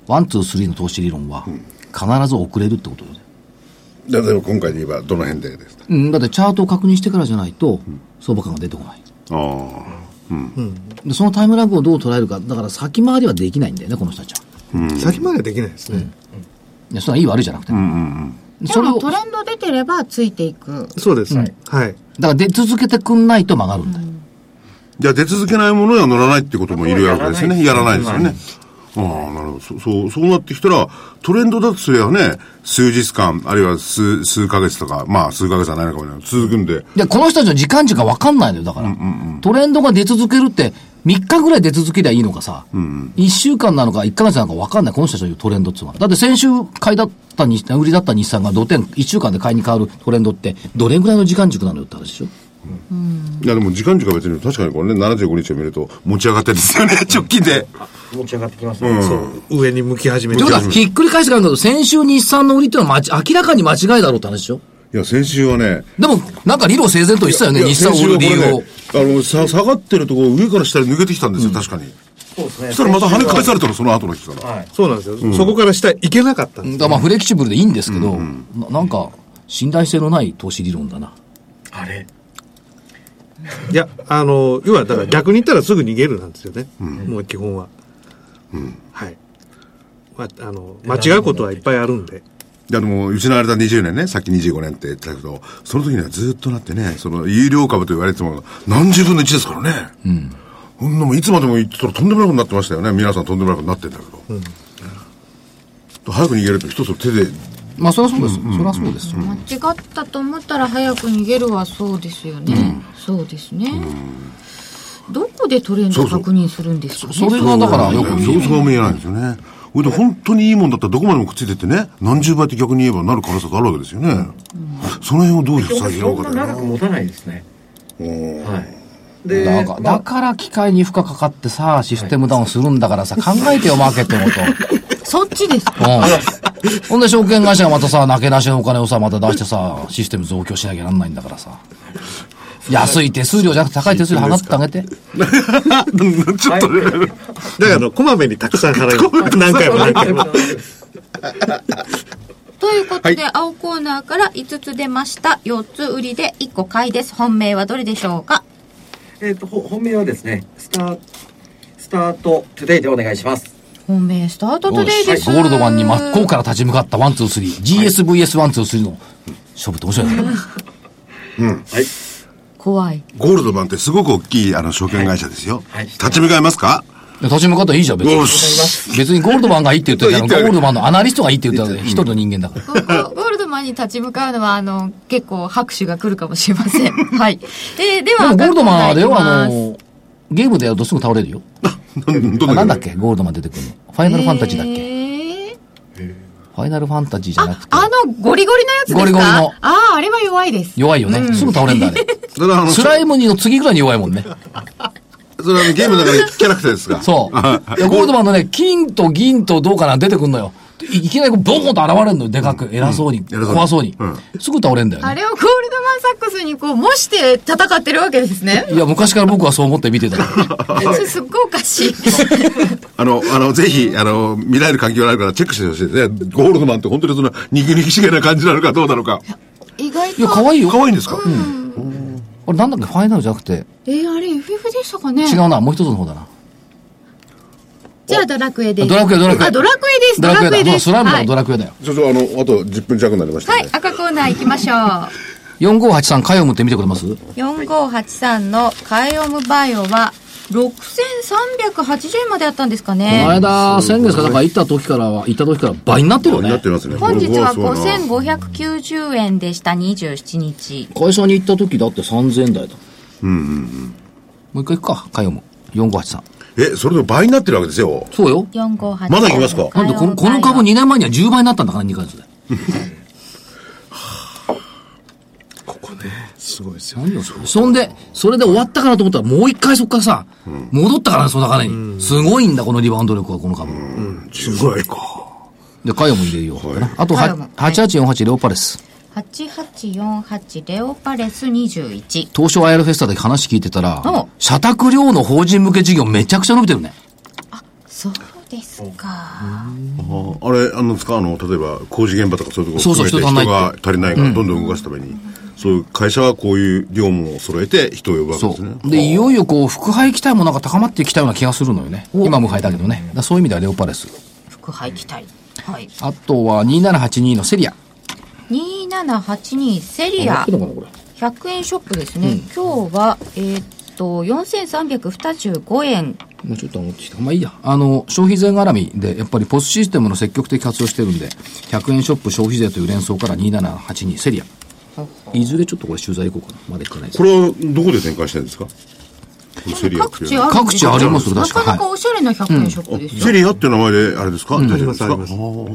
[SPEAKER 2] ワン、ツー、スリーの投資理論は、必ず遅れるってことだよね。
[SPEAKER 5] 例えば今回で言えば、どの辺でですか
[SPEAKER 2] うん、だってチャートを確認してからじゃないと、相場感が出てこない。
[SPEAKER 5] ああ。
[SPEAKER 2] で、そのタイムラグをどう捉えるか、だから先回りはできないんだよね、この人たちは。
[SPEAKER 3] 先まではできないですね。
[SPEAKER 2] いや、それはいい悪いじゃなくて。
[SPEAKER 1] で
[SPEAKER 2] それ
[SPEAKER 1] も
[SPEAKER 2] を、
[SPEAKER 1] ト
[SPEAKER 2] だか
[SPEAKER 1] レンド出てればついていく。
[SPEAKER 3] そうです。はい。
[SPEAKER 2] ら出続けてくんないと曲がるんだよ。
[SPEAKER 5] じゃあ出続けないものには乗らないってこともいるわけですよね。や
[SPEAKER 4] や
[SPEAKER 5] らな
[SPEAKER 4] らないい
[SPEAKER 5] で
[SPEAKER 4] ですす
[SPEAKER 5] よね。ああ、なるほど。そそう、そうなってきたら、トレンドだとすればね、数日間、あるいは数、数ヶ月とか、まあ数ヶ月はないのかもしれない。続くんで、
[SPEAKER 2] で、この人たちの時間軸がわかんないのよ、だから。トレンドが出続けるって、3日ぐらい出続けりゃいいのかさ、1週間なのか1ヶ月なのかわかんない、この人たちの言うトレンドっていうのは。だって先週買いだった日、売りだった日産が土点、1週間で買いに変わるトレンドって、どれぐらいの時間軸なのよって話でしょ。
[SPEAKER 5] いやでも時間軸は別に確かにこれね75日を見ると持ち上がってるんですよね直近で
[SPEAKER 4] 持ち上がってきますね。そう。
[SPEAKER 3] 上に向き始め
[SPEAKER 2] ってことは、ひっくり返して考えると、先週日産の売りっていうのは間違明らかに間違いだろうって話でしょ。
[SPEAKER 5] いや先週はね
[SPEAKER 2] でも、なんか理論整然と言ってたよ
[SPEAKER 5] い
[SPEAKER 2] ね、
[SPEAKER 5] や
[SPEAKER 2] 日産を売る理由を。
[SPEAKER 5] 先週はこれねあのさ下がってるところ上から下に抜けてきたんですよ、確かに
[SPEAKER 4] そうですね。
[SPEAKER 5] そしたらまた跳ね返されたのその後の日から、
[SPEAKER 4] はい。
[SPEAKER 3] そうなんですよ。そこから下行けなかったんです
[SPEAKER 2] だからまあ、フレキシブルでいいんですけど、ななんか、信頼性のない投資理論だな。
[SPEAKER 4] あれ
[SPEAKER 3] いや、あの、要はだから逆に言ったらすぐ逃げるなんですよね。もう基本は。はい。まあ、あの、間違うことはいっぱいあるん で。
[SPEAKER 5] いやでも失われた20年ねさっき25年って言ったけどその時にはずっとなってねその有料株と言われてたものが何十分の1ですからねこんなもんいつまでも言ってたらとんでもなくなってましたよね皆さんとんでもなくなってんだけど、早く逃げると一つ手で
[SPEAKER 2] まあ、そりゃそうです。そりゃそうです。
[SPEAKER 1] 間違ったと思ったら早く逃げるはそうですよね。そうですね。どこでトレンド確認するんですかね
[SPEAKER 2] それがだからよく見
[SPEAKER 5] そう
[SPEAKER 2] る。
[SPEAKER 5] そうも言えないんですよね。これで本当にいいもんだったらどこまでもくっついてってね、何十倍って逆に言えばなる可能性があるわけですよね。その辺をどういう再
[SPEAKER 4] そ
[SPEAKER 5] 広
[SPEAKER 4] ん
[SPEAKER 5] が
[SPEAKER 4] な
[SPEAKER 5] るか
[SPEAKER 4] 長く持たないですね。 はい。で、
[SPEAKER 2] だから、だから機械に負荷かかってさ、システムダウンするんだからさ、考えてよ、マーケットのこと。
[SPEAKER 1] そっちですか
[SPEAKER 2] うん。ほんで、証券会社がまたさ、なけなしのお金をさ、また出してさ、システム増強しなきゃなんないんだからさ。安い手数料じゃなくて高い手数料払ってあげて。
[SPEAKER 5] な。ちょっとね、
[SPEAKER 3] だから、こまめにたくさん払います。何回も何回も。
[SPEAKER 1] ということで、青コーナーから5つ出ました。4つ売りで1個買いです。本命はどれでしょうか
[SPEAKER 4] えっ、と、ほ本命はですね、スタート、スタートトゥデイでお願いします。
[SPEAKER 1] 本命スタートトゥデイです。
[SPEAKER 2] ゴールドマンに真っ向から立ち向かったワンツースリー GSVS123 の勝負って面白いよね。
[SPEAKER 4] はい。
[SPEAKER 1] 怖い。
[SPEAKER 5] ゴールドマンってすごく大きいあの証券会社ですよ。
[SPEAKER 4] はいはい
[SPEAKER 5] 立ち向かいますか
[SPEAKER 2] で立ち向かったらいいじゃん、別
[SPEAKER 5] よ
[SPEAKER 2] に。
[SPEAKER 5] し。
[SPEAKER 2] 別にゴールドマンがいいって言ってる
[SPEAKER 5] いい
[SPEAKER 2] か
[SPEAKER 5] って
[SPEAKER 2] ら、
[SPEAKER 5] 言う
[SPEAKER 2] ゴールドマンのアナリストがいいって言ったら、一人の人間だから。
[SPEAKER 1] ゴゴールドマンに立ち向かうのは、あの、結構拍手が来るかもしれ ません。はい。えーで
[SPEAKER 2] で
[SPEAKER 1] は、
[SPEAKER 2] もゴールドマンはあれよ、
[SPEAKER 1] 赤コーナ
[SPEAKER 2] あ
[SPEAKER 1] ー行きます
[SPEAKER 2] の、ゲームでやるとすぐ倒れるよ。
[SPEAKER 5] ど
[SPEAKER 2] あ
[SPEAKER 5] ん
[SPEAKER 2] な
[SPEAKER 5] だ
[SPEAKER 2] ん
[SPEAKER 5] け
[SPEAKER 2] だっけゴールドマン出てくるの。ファイナルファンタジーだっけ、
[SPEAKER 1] えー
[SPEAKER 2] ファイナルファンタジーじゃな
[SPEAKER 1] あ
[SPEAKER 2] く、て。
[SPEAKER 1] あの、ゴリゴリのやつですか
[SPEAKER 2] ゴリゴリの
[SPEAKER 1] ああ、あれは弱いです。
[SPEAKER 2] 弱いよね、すぐ倒れんだね。
[SPEAKER 5] それはあの、そ
[SPEAKER 2] ス
[SPEAKER 5] れは
[SPEAKER 2] ライムにの次ぐらいに弱いもんね。
[SPEAKER 5] あのゲームの中でキャラクターですか
[SPEAKER 2] そう。いやゴールドマンのね、金と銀と銅かな出てくんのよ。いいきなりこうボコンと現れるのよ、でかく。偉そうに。
[SPEAKER 5] 偉そうに
[SPEAKER 2] 怖そうに、
[SPEAKER 5] うん
[SPEAKER 2] すぐ倒れんだよ
[SPEAKER 1] あ
[SPEAKER 2] ね。
[SPEAKER 1] れをゴールドマンサックスにこう、模して戦ってるわけですね。
[SPEAKER 2] いや、昔から僕はそう思って見てたよ。
[SPEAKER 1] それすっごいおか しい。
[SPEAKER 5] あの、あの、ぜひ、あの、見られる環境があるからチェックしてほしいですね。ゴールドマンって本当にその、肉々しげな感じなのかどうなのか。
[SPEAKER 1] 意外
[SPEAKER 2] いや、
[SPEAKER 1] と。
[SPEAKER 2] 可愛いよ。
[SPEAKER 5] 可愛いんですか
[SPEAKER 2] あれなんだっけファイナルじゃなくて。
[SPEAKER 1] えー、あれ FF でしたかね
[SPEAKER 2] 違うな、もう一つの方だな。
[SPEAKER 1] じゃあドラクエで。
[SPEAKER 2] ドラクエドラクエ
[SPEAKER 1] あ、ドラクエです。
[SPEAKER 2] ド
[SPEAKER 1] ド
[SPEAKER 2] ラ
[SPEAKER 1] ラ
[SPEAKER 2] クエ
[SPEAKER 1] ク
[SPEAKER 2] だ。も
[SPEAKER 1] エで
[SPEAKER 2] う
[SPEAKER 1] す。
[SPEAKER 2] スライムだからド
[SPEAKER 1] はい
[SPEAKER 2] ラクエだよ。
[SPEAKER 5] 所長、あの、あと10分弱になりました
[SPEAKER 1] は
[SPEAKER 5] ね
[SPEAKER 1] い、。赤コーナー行きましょう。
[SPEAKER 2] 4583カヨムって見てくれます
[SPEAKER 1] 4583のカイオムバイオは、6380円まであったんですか
[SPEAKER 2] この
[SPEAKER 1] ね。
[SPEAKER 2] 間、先月かなんか行った時からは、行った時から倍になってるよ
[SPEAKER 5] に
[SPEAKER 2] ね
[SPEAKER 5] なって。ますね。
[SPEAKER 1] 本日は
[SPEAKER 5] これそうだな
[SPEAKER 1] 5590円でした、27日。
[SPEAKER 2] 会社に行った時だって3000円台だ。うんうんうん。もう一回行くか、カヨム。4583。
[SPEAKER 5] え、それでも倍になってるわけですよ。
[SPEAKER 2] そうよ。
[SPEAKER 1] 4583。
[SPEAKER 5] まだ行きますか
[SPEAKER 2] なんでこの、この株2年前には10倍になったんだから、2ヶ月で。
[SPEAKER 3] すごいですよ。
[SPEAKER 2] 何よ、それ。そんで、それで終わったかなと思ったら、もう一回そっからさ、戻ったからね、その中に。すごいんだ、このリバウンド力は、この株。
[SPEAKER 5] すごいか。
[SPEAKER 2] で、カヨム入れよう。あと、
[SPEAKER 1] カヨム
[SPEAKER 2] は8848レオパレス。
[SPEAKER 1] 8848レオパレス21。
[SPEAKER 2] 東証 IR フェスタで話聞いてたら
[SPEAKER 1] お、
[SPEAKER 2] 社宅寮の法人向け事業めちゃくちゃ伸びてるね。
[SPEAKER 1] そうですか。
[SPEAKER 5] あれ、あの、ですか、あの、例えば工事現場とかそういうとこ
[SPEAKER 2] そう
[SPEAKER 5] ろ
[SPEAKER 2] そう
[SPEAKER 5] 含めて
[SPEAKER 2] 人足んないって
[SPEAKER 5] 人が足りないから、どんどん動かすために、そういう会社はこういう業務を揃えて人を呼ぶわけ
[SPEAKER 2] そ
[SPEAKER 5] ですね。
[SPEAKER 2] う。で、いよいよこう、副配期待もなんか高まってきたような気がするのよね。今無配だけどね。だからそういう意味ではレオパレス。
[SPEAKER 1] 副配期待。はい。
[SPEAKER 2] あとは2782のセリア。
[SPEAKER 1] 2782セリア。100円ショップですね。今日は、えーっと、4325円。
[SPEAKER 2] もうちょっと持ってきた。まあいいや。あの、消費税絡みで、やっぱりポスシステムの積極的活用してるんで、100円ショップ消費税という連想から2782セリア。いずれちょっとこれ取材行こうかな。まだ行かないです
[SPEAKER 5] こ。れはどこで展開してるんですかこのセリアって
[SPEAKER 1] 各
[SPEAKER 5] いう
[SPEAKER 1] 地
[SPEAKER 5] の
[SPEAKER 1] あ
[SPEAKER 5] は
[SPEAKER 1] るんで
[SPEAKER 2] 各地あります
[SPEAKER 1] すよ
[SPEAKER 2] よ
[SPEAKER 1] な
[SPEAKER 2] 確か
[SPEAKER 1] かなかおしゃれな100円ショップですよ。
[SPEAKER 5] セリアっていう名前であれですか、大丈夫ですか
[SPEAKER 3] ありますあり
[SPEAKER 1] こ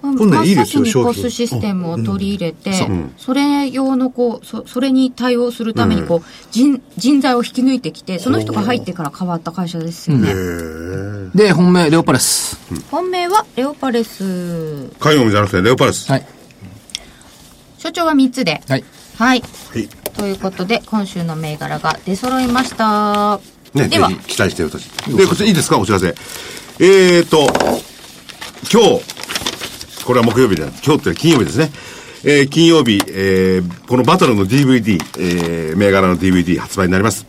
[SPEAKER 3] 今度はいいですよ
[SPEAKER 1] に
[SPEAKER 3] 商
[SPEAKER 1] ポ
[SPEAKER 3] 品
[SPEAKER 1] スシステムを取り入れて、それ用のこうそ、それに対応するためにこう、人人材を引き抜いてきて、その人が入ってから変わった会社ですよね。
[SPEAKER 2] で、本命、レオパレス。
[SPEAKER 1] 本命はレオパレス。
[SPEAKER 5] 海洋じゃなくてレオパレス。
[SPEAKER 2] はい。
[SPEAKER 1] 所長は3つで。
[SPEAKER 2] はい。
[SPEAKER 1] はい。
[SPEAKER 5] はい
[SPEAKER 1] ということで、今週の銘柄が出揃いました。
[SPEAKER 5] ね、
[SPEAKER 1] では
[SPEAKER 5] ぜ、ひ期待してるとで、こちらいいですかお知らせ。えーと、今日、これは木曜日じゃない、今日って金曜日ですね。えー金曜日、えーこのバトルの DVD、えー銘柄の DVD 発売になります。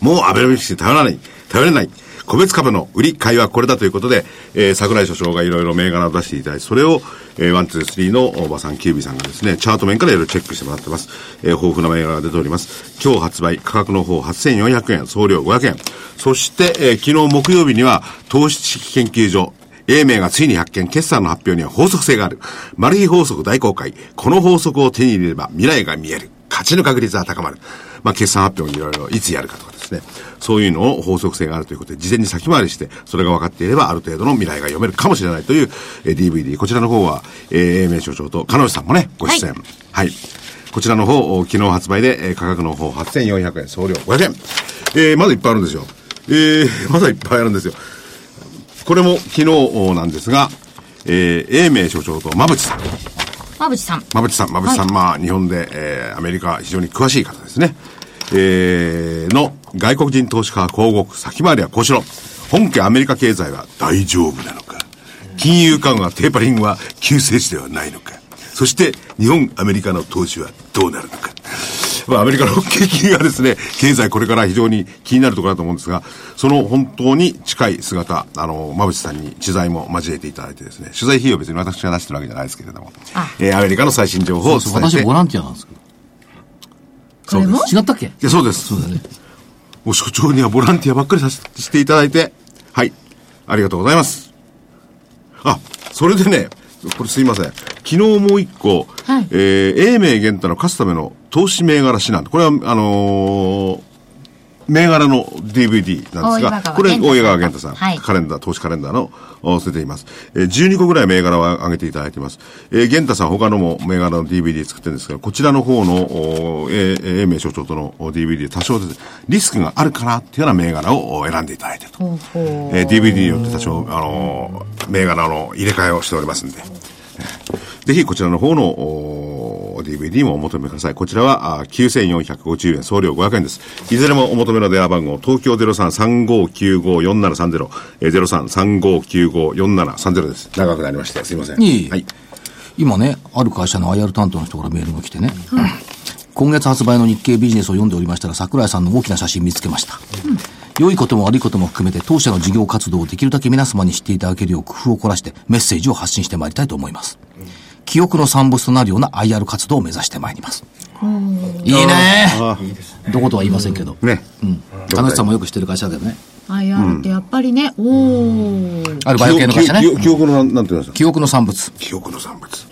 [SPEAKER 5] もうアベノミクスに頼らない、頼れない。個別株の売り買いはこれだということで、えー桜井所長がいろいろ銘柄を出していただいて、それを、えー、ワン、ツー、スリーの大場さん、キュービーさんがですね、チャート面からいろいろチェックしてもらってます。えー豊富な銘柄が出ております。今日発売、価格の方8400円、送料500円。そして、えー昨日木曜日には、投資知識研究所、英明がついに発見、決算の発表には法則性がある。マル秘法則大公開。この法則を手に入れれば未来が見える。勝ちの確率は高まる。まあ、決算発表にいろいろいつやるかとかですね。そういうのを法則性があるということで、事前に先回りして、それが分かっていればある程度の未来が読めるかもしれないという、えー DVD。こちらの方は、えー、英明所長と、彼女さんもね、ご出演。はい。こちらの方、お昨日発売で、えー価格の方8400円、送料500円。えー、まだいっぱいあるんですよ。えー、 まだいっぱいあるんですよ。これも昨日なんですが、えー、英明所長と馬淵さん。
[SPEAKER 1] 馬淵さん。
[SPEAKER 5] 馬淵さん、馬淵さん、まあ、日本で、えー、アメリカ非常に詳しい方ですね。えー、の、外国人投資家は広告、先回りはこうしろ。本家アメリカ経済は大丈夫なのか。金融緩和、テーパリングは救世主ではないのか。そして、日本、アメリカの投資はどうなるのか。まあ、アメリカの景気がですね、経済これから非常に気になるところだと思うんですが、その本当に近い姿、あの、馬渕さんに取材も交えていただいてですね、取材費用は別に私が出してるわけじゃないですけれども、えーアメリカの最新情報を伝えて。
[SPEAKER 2] 私ボランティアなんですけど。
[SPEAKER 1] これも
[SPEAKER 2] 違ったっけ
[SPEAKER 5] いやそうです。そうだね。もう所長にはボランティアばっかりさせしていただいて、はい。ありがとうございます。あ、それでね、これすいません。昨日もう一個、
[SPEAKER 1] はい
[SPEAKER 5] えー、英明源太の勝つための投資銘柄指南。これは、あのー銘柄の DVD なん
[SPEAKER 1] 大
[SPEAKER 5] です
[SPEAKER 1] 岩川
[SPEAKER 5] が、これ、
[SPEAKER 1] 源太さん
[SPEAKER 5] 大江川源太さん、
[SPEAKER 1] はい
[SPEAKER 5] カレンダー、投資カレンダーの、お捨てています。えー12個ぐらい銘柄は上げていただいています。えー、源太さん、他のも銘柄の DVD 作ってるんですけど、こちらの方の、おーえー、えー英明所長とのお DVD、多少ですね、リスクがあるからっていうような銘柄をお選んでいただいてると。
[SPEAKER 1] ほうほう
[SPEAKER 5] えー DVD によって多少、あのー銘柄の入れ替えをしておりますんで。ぜひこちらの方のおー DVD もお求めください。こちらはあー9450円、送料500円です。いずれもお求めの電話番号、東京0335954730、えー、0335954730です。長くなりまして、すいません。
[SPEAKER 2] いい
[SPEAKER 5] はい。
[SPEAKER 2] 今ね、ある会社の IR 担当の人からメールが来てね、今月発売の日経ビジネスを読んでおりましたら、桜井さんの大きな写真見つけました。良いことも悪いことも含めて、当社の事業活動をできるだけ皆様に知っていただけるよう工夫を凝らして、メッセージを発信してまいりたいと思います。記憶の産物となるような IR 活動を目指してまいります。いいねどことは言いませんけど。
[SPEAKER 5] ね。
[SPEAKER 2] うん。楽しさんもよく知ってる会社だけどね。
[SPEAKER 1] IR ってやっぱりね、おー。
[SPEAKER 2] あるバイオ系の会社
[SPEAKER 5] 記
[SPEAKER 2] ね。
[SPEAKER 5] 憶記憶記憶のなん、なんて言うんですか
[SPEAKER 2] 記憶の産物。
[SPEAKER 5] 記憶の産物。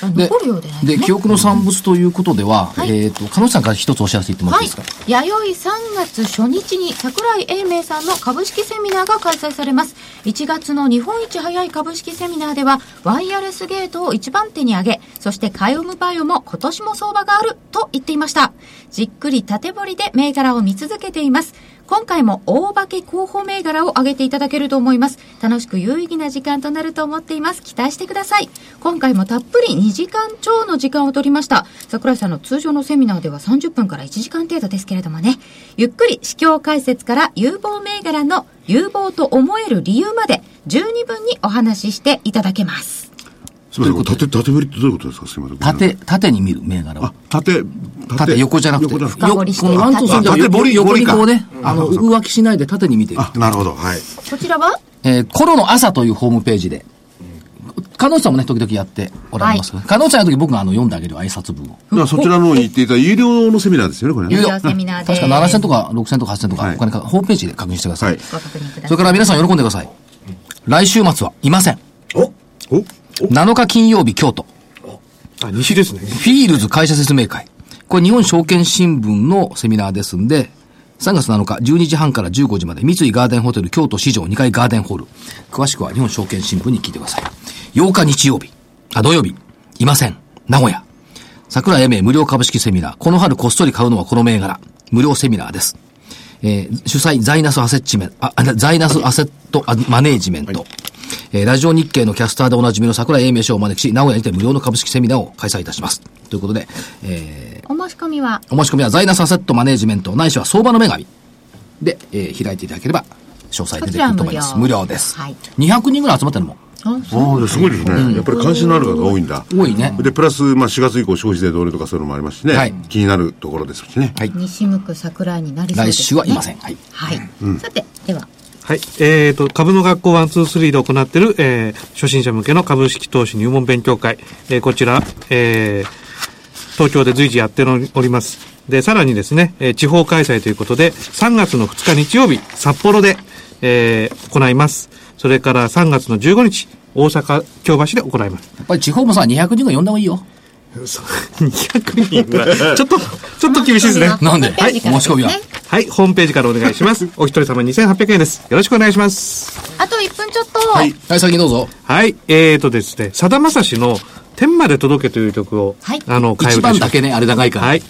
[SPEAKER 2] で
[SPEAKER 1] 残るようでない、ね。
[SPEAKER 2] で、記憶の産物ということでは、えっ、と、彼女さんから一つお知らせ言ってもらっ
[SPEAKER 1] は
[SPEAKER 2] て
[SPEAKER 1] い
[SPEAKER 2] いいですか、。
[SPEAKER 1] 弥生3月初日に桜井英明さんの株式セミナーが開催されます。1月の日本一早い株式セミナーでは、ワイヤレスゲートを一番手に上げ、そしてカイウムバイオも今年も相場があると言っていました。じっくり縦掘りで銘柄を見続けています。今回も大化け候補銘柄を挙げていただけると思います。楽しく有意義な時間となると思っています。期待してください。今回もたっぷり2時間超の時間を取りました。桜井さんの通常のセミナーでは30分から1時間程度ですけれどもね。ゆっくり市況解説から有望銘柄の有望と思える理由まで十二分にお話ししていただけます。
[SPEAKER 5] すみません、これ縦、縦振りってどういうことですかすみません。
[SPEAKER 2] 縦、。縦に見る銘柄を
[SPEAKER 5] あ。、縦、
[SPEAKER 2] 縦横じゃなくて。
[SPEAKER 5] 横じゃ
[SPEAKER 1] 深掘りして
[SPEAKER 2] よこのワンツースリーでは
[SPEAKER 5] あ縦ボリ
[SPEAKER 2] 横に
[SPEAKER 5] ボリか
[SPEAKER 2] こうね、あの、上書きしないで縦に見ていく
[SPEAKER 5] あ、なるほど。はい。
[SPEAKER 1] こちらは
[SPEAKER 2] えーコロの朝というホームページで、加納さんもね、時々やっておられます。加納さんの時僕があの、読んであげる挨拶文を。
[SPEAKER 5] だからそちらの方に行っていただいた有料のセミナーですよね、これ
[SPEAKER 1] 有
[SPEAKER 5] ね。
[SPEAKER 1] 料セミナーで
[SPEAKER 2] 確か7000とか6000とか8000とか、
[SPEAKER 5] はい
[SPEAKER 2] お金か、ホームページで確認してくださ
[SPEAKER 5] はいい。。
[SPEAKER 1] ご確認く
[SPEAKER 2] そ
[SPEAKER 1] ださ
[SPEAKER 2] れ
[SPEAKER 1] い。
[SPEAKER 2] から皆さん喜んでください。来週末はいません。
[SPEAKER 9] お
[SPEAKER 3] お
[SPEAKER 2] 7日金曜日京都。
[SPEAKER 3] あ、西ですね。
[SPEAKER 2] フィールズ会社説明会。これ日本証券新聞のセミナーですんで、3月7日12時半から15時まで三井ガーデンホテル京都市場2階ガーデンホール。詳しくは日本証券新聞に聞いてください。8日日曜日、あ、土曜日、いません。名古屋。桜英明無料株式セミナー。この春こっそり買うのはこの銘柄。無料セミナーです。えー主催ザイナスアセッチメンあ、あザイナスアセットあマネージメント。えーラジオ日経のキャスターでおなじみの桜井英明氏をお招きし、名古屋にて無料の株式セミナーを開催いたします。ということで、え
[SPEAKER 1] お申し込みは
[SPEAKER 2] ーお申し込みはザイナスアセットマネージメント、ないしは相場の女神で、えー開いていただければ、詳細出てくると思います。
[SPEAKER 1] こ
[SPEAKER 2] 無
[SPEAKER 1] ちら
[SPEAKER 2] 料
[SPEAKER 1] 無料
[SPEAKER 2] です。
[SPEAKER 1] はい
[SPEAKER 2] 200人ぐらい集まったのも
[SPEAKER 5] ああ、ですごいですね。やっぱり関心のある方が多いんだ。
[SPEAKER 2] 多いね。
[SPEAKER 5] で、プラス、まあ、4月以降、消費税同僚とかそういうのもありますしね。
[SPEAKER 2] はい
[SPEAKER 5] 気になるところですしね。
[SPEAKER 2] はい。
[SPEAKER 1] 西向く桜井になりそうで
[SPEAKER 2] 来
[SPEAKER 1] す、ね。
[SPEAKER 2] 週はいません。。はい。
[SPEAKER 1] はい。さて、では、
[SPEAKER 3] はい。えっ、と、株の学校123で行ってる、えー初心者向けの株式投資入門勉強会。えーこちら、えー東京で随時やっております。で、さらにですね、えー地方開催ということで、3月の2日日曜日、札幌で、えー行います。それから3月の15日、大阪、京橋で行います。
[SPEAKER 2] やっぱり地方もさ、200人ぐらい呼んだ方がいいよ。
[SPEAKER 3] 200人は、 ちょっと、ちょっと厳しいですね。
[SPEAKER 2] なんで、
[SPEAKER 1] はい
[SPEAKER 2] 申し込みは。
[SPEAKER 3] はい、ホームページからお願いします。お一人様2800円です。よろしくお願いします。
[SPEAKER 1] あと1分ちょっと。
[SPEAKER 2] はい。はい、先どうぞ。
[SPEAKER 3] はい、えーとですね、さだまさしの天まで届けという曲を、
[SPEAKER 1] はい
[SPEAKER 3] あの、替え
[SPEAKER 2] 一
[SPEAKER 3] 歌
[SPEAKER 2] 番
[SPEAKER 3] し
[SPEAKER 2] だ
[SPEAKER 3] ます。
[SPEAKER 2] けね、あれ長いから。
[SPEAKER 3] はい。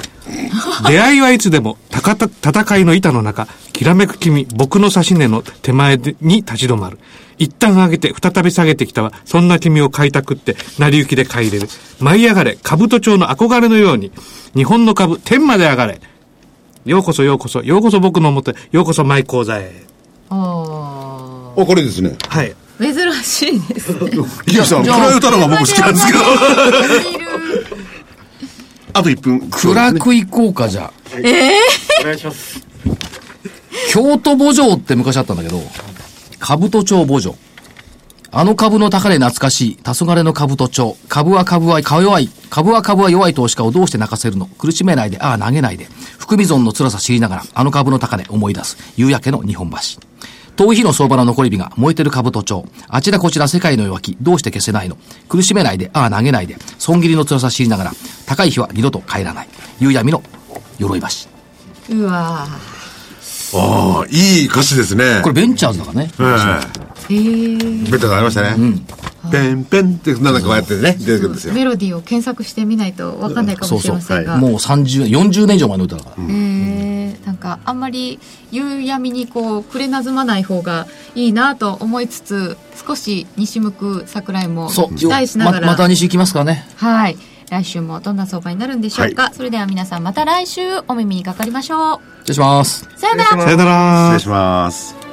[SPEAKER 3] 出会いはいつでも、たかた、戦いの板の中、きらめく君、僕の指し根の手前でに立ち止まる。一旦上げて、再び下げてきたわ。そんな君を買いたくって、成り行きで買い入れる。舞い上がれ、兜町の憧れのように、日本の株、天まで上がれ。ようこそようこそ、ようこそ僕のもとへ、ようこそ舞講座へ。
[SPEAKER 1] お
[SPEAKER 5] あ、これですね。
[SPEAKER 3] はい。
[SPEAKER 1] ー珍しいですね。
[SPEAKER 5] ひきさん、
[SPEAKER 2] じ
[SPEAKER 5] 暗
[SPEAKER 2] ゃあ
[SPEAKER 5] い歌の方が僕好きなんですけど。あと1分。
[SPEAKER 2] 暗く行こうか、じゃあ。
[SPEAKER 9] お願いします
[SPEAKER 2] 京都墓場って昔あったんだけど、兜町墓場。あの株の高値懐かしい、黄昏の兜町。株は株はか弱い、株は株は弱い投資家をどうして泣かせるの苦しめないで、ああ投げないで。含み損の辛さ知りながら、あの株の高値思い出す。夕焼けの日本橋。遠い日の相場の残り火が燃えてる兜町。あちらこちら世界の弱気、どうして消せないの苦しめないで、ああ投げないで。損切りの辛さ知りながら、高い日は二度と帰らない。夕闇の鎧橋。
[SPEAKER 1] うわぁ。
[SPEAKER 5] ああ、いい歌詞ですね。
[SPEAKER 2] これベンチャーズだからね。
[SPEAKER 5] え
[SPEAKER 1] えー、
[SPEAKER 5] え。ベッドがありましたね。ペンペンって、なんかこうやってね、出てくるんですよ。
[SPEAKER 1] メロディーを検索してみないと分かんないかもしれませんが、
[SPEAKER 2] もう30、40年以上前の歌だから。
[SPEAKER 1] えーなんかあんまり夕闇にこう触れなずまない方がいいなと思いつつ少し西向く桜井も
[SPEAKER 2] そう、
[SPEAKER 1] 期待しながら、
[SPEAKER 2] ままた西行きますからね。
[SPEAKER 1] はい来週もどんな相場になるんでしょうか、それでは皆さんまた来週お耳にかかりましょう
[SPEAKER 2] 失礼します。
[SPEAKER 1] さよなら
[SPEAKER 3] さよなら
[SPEAKER 5] 失礼します。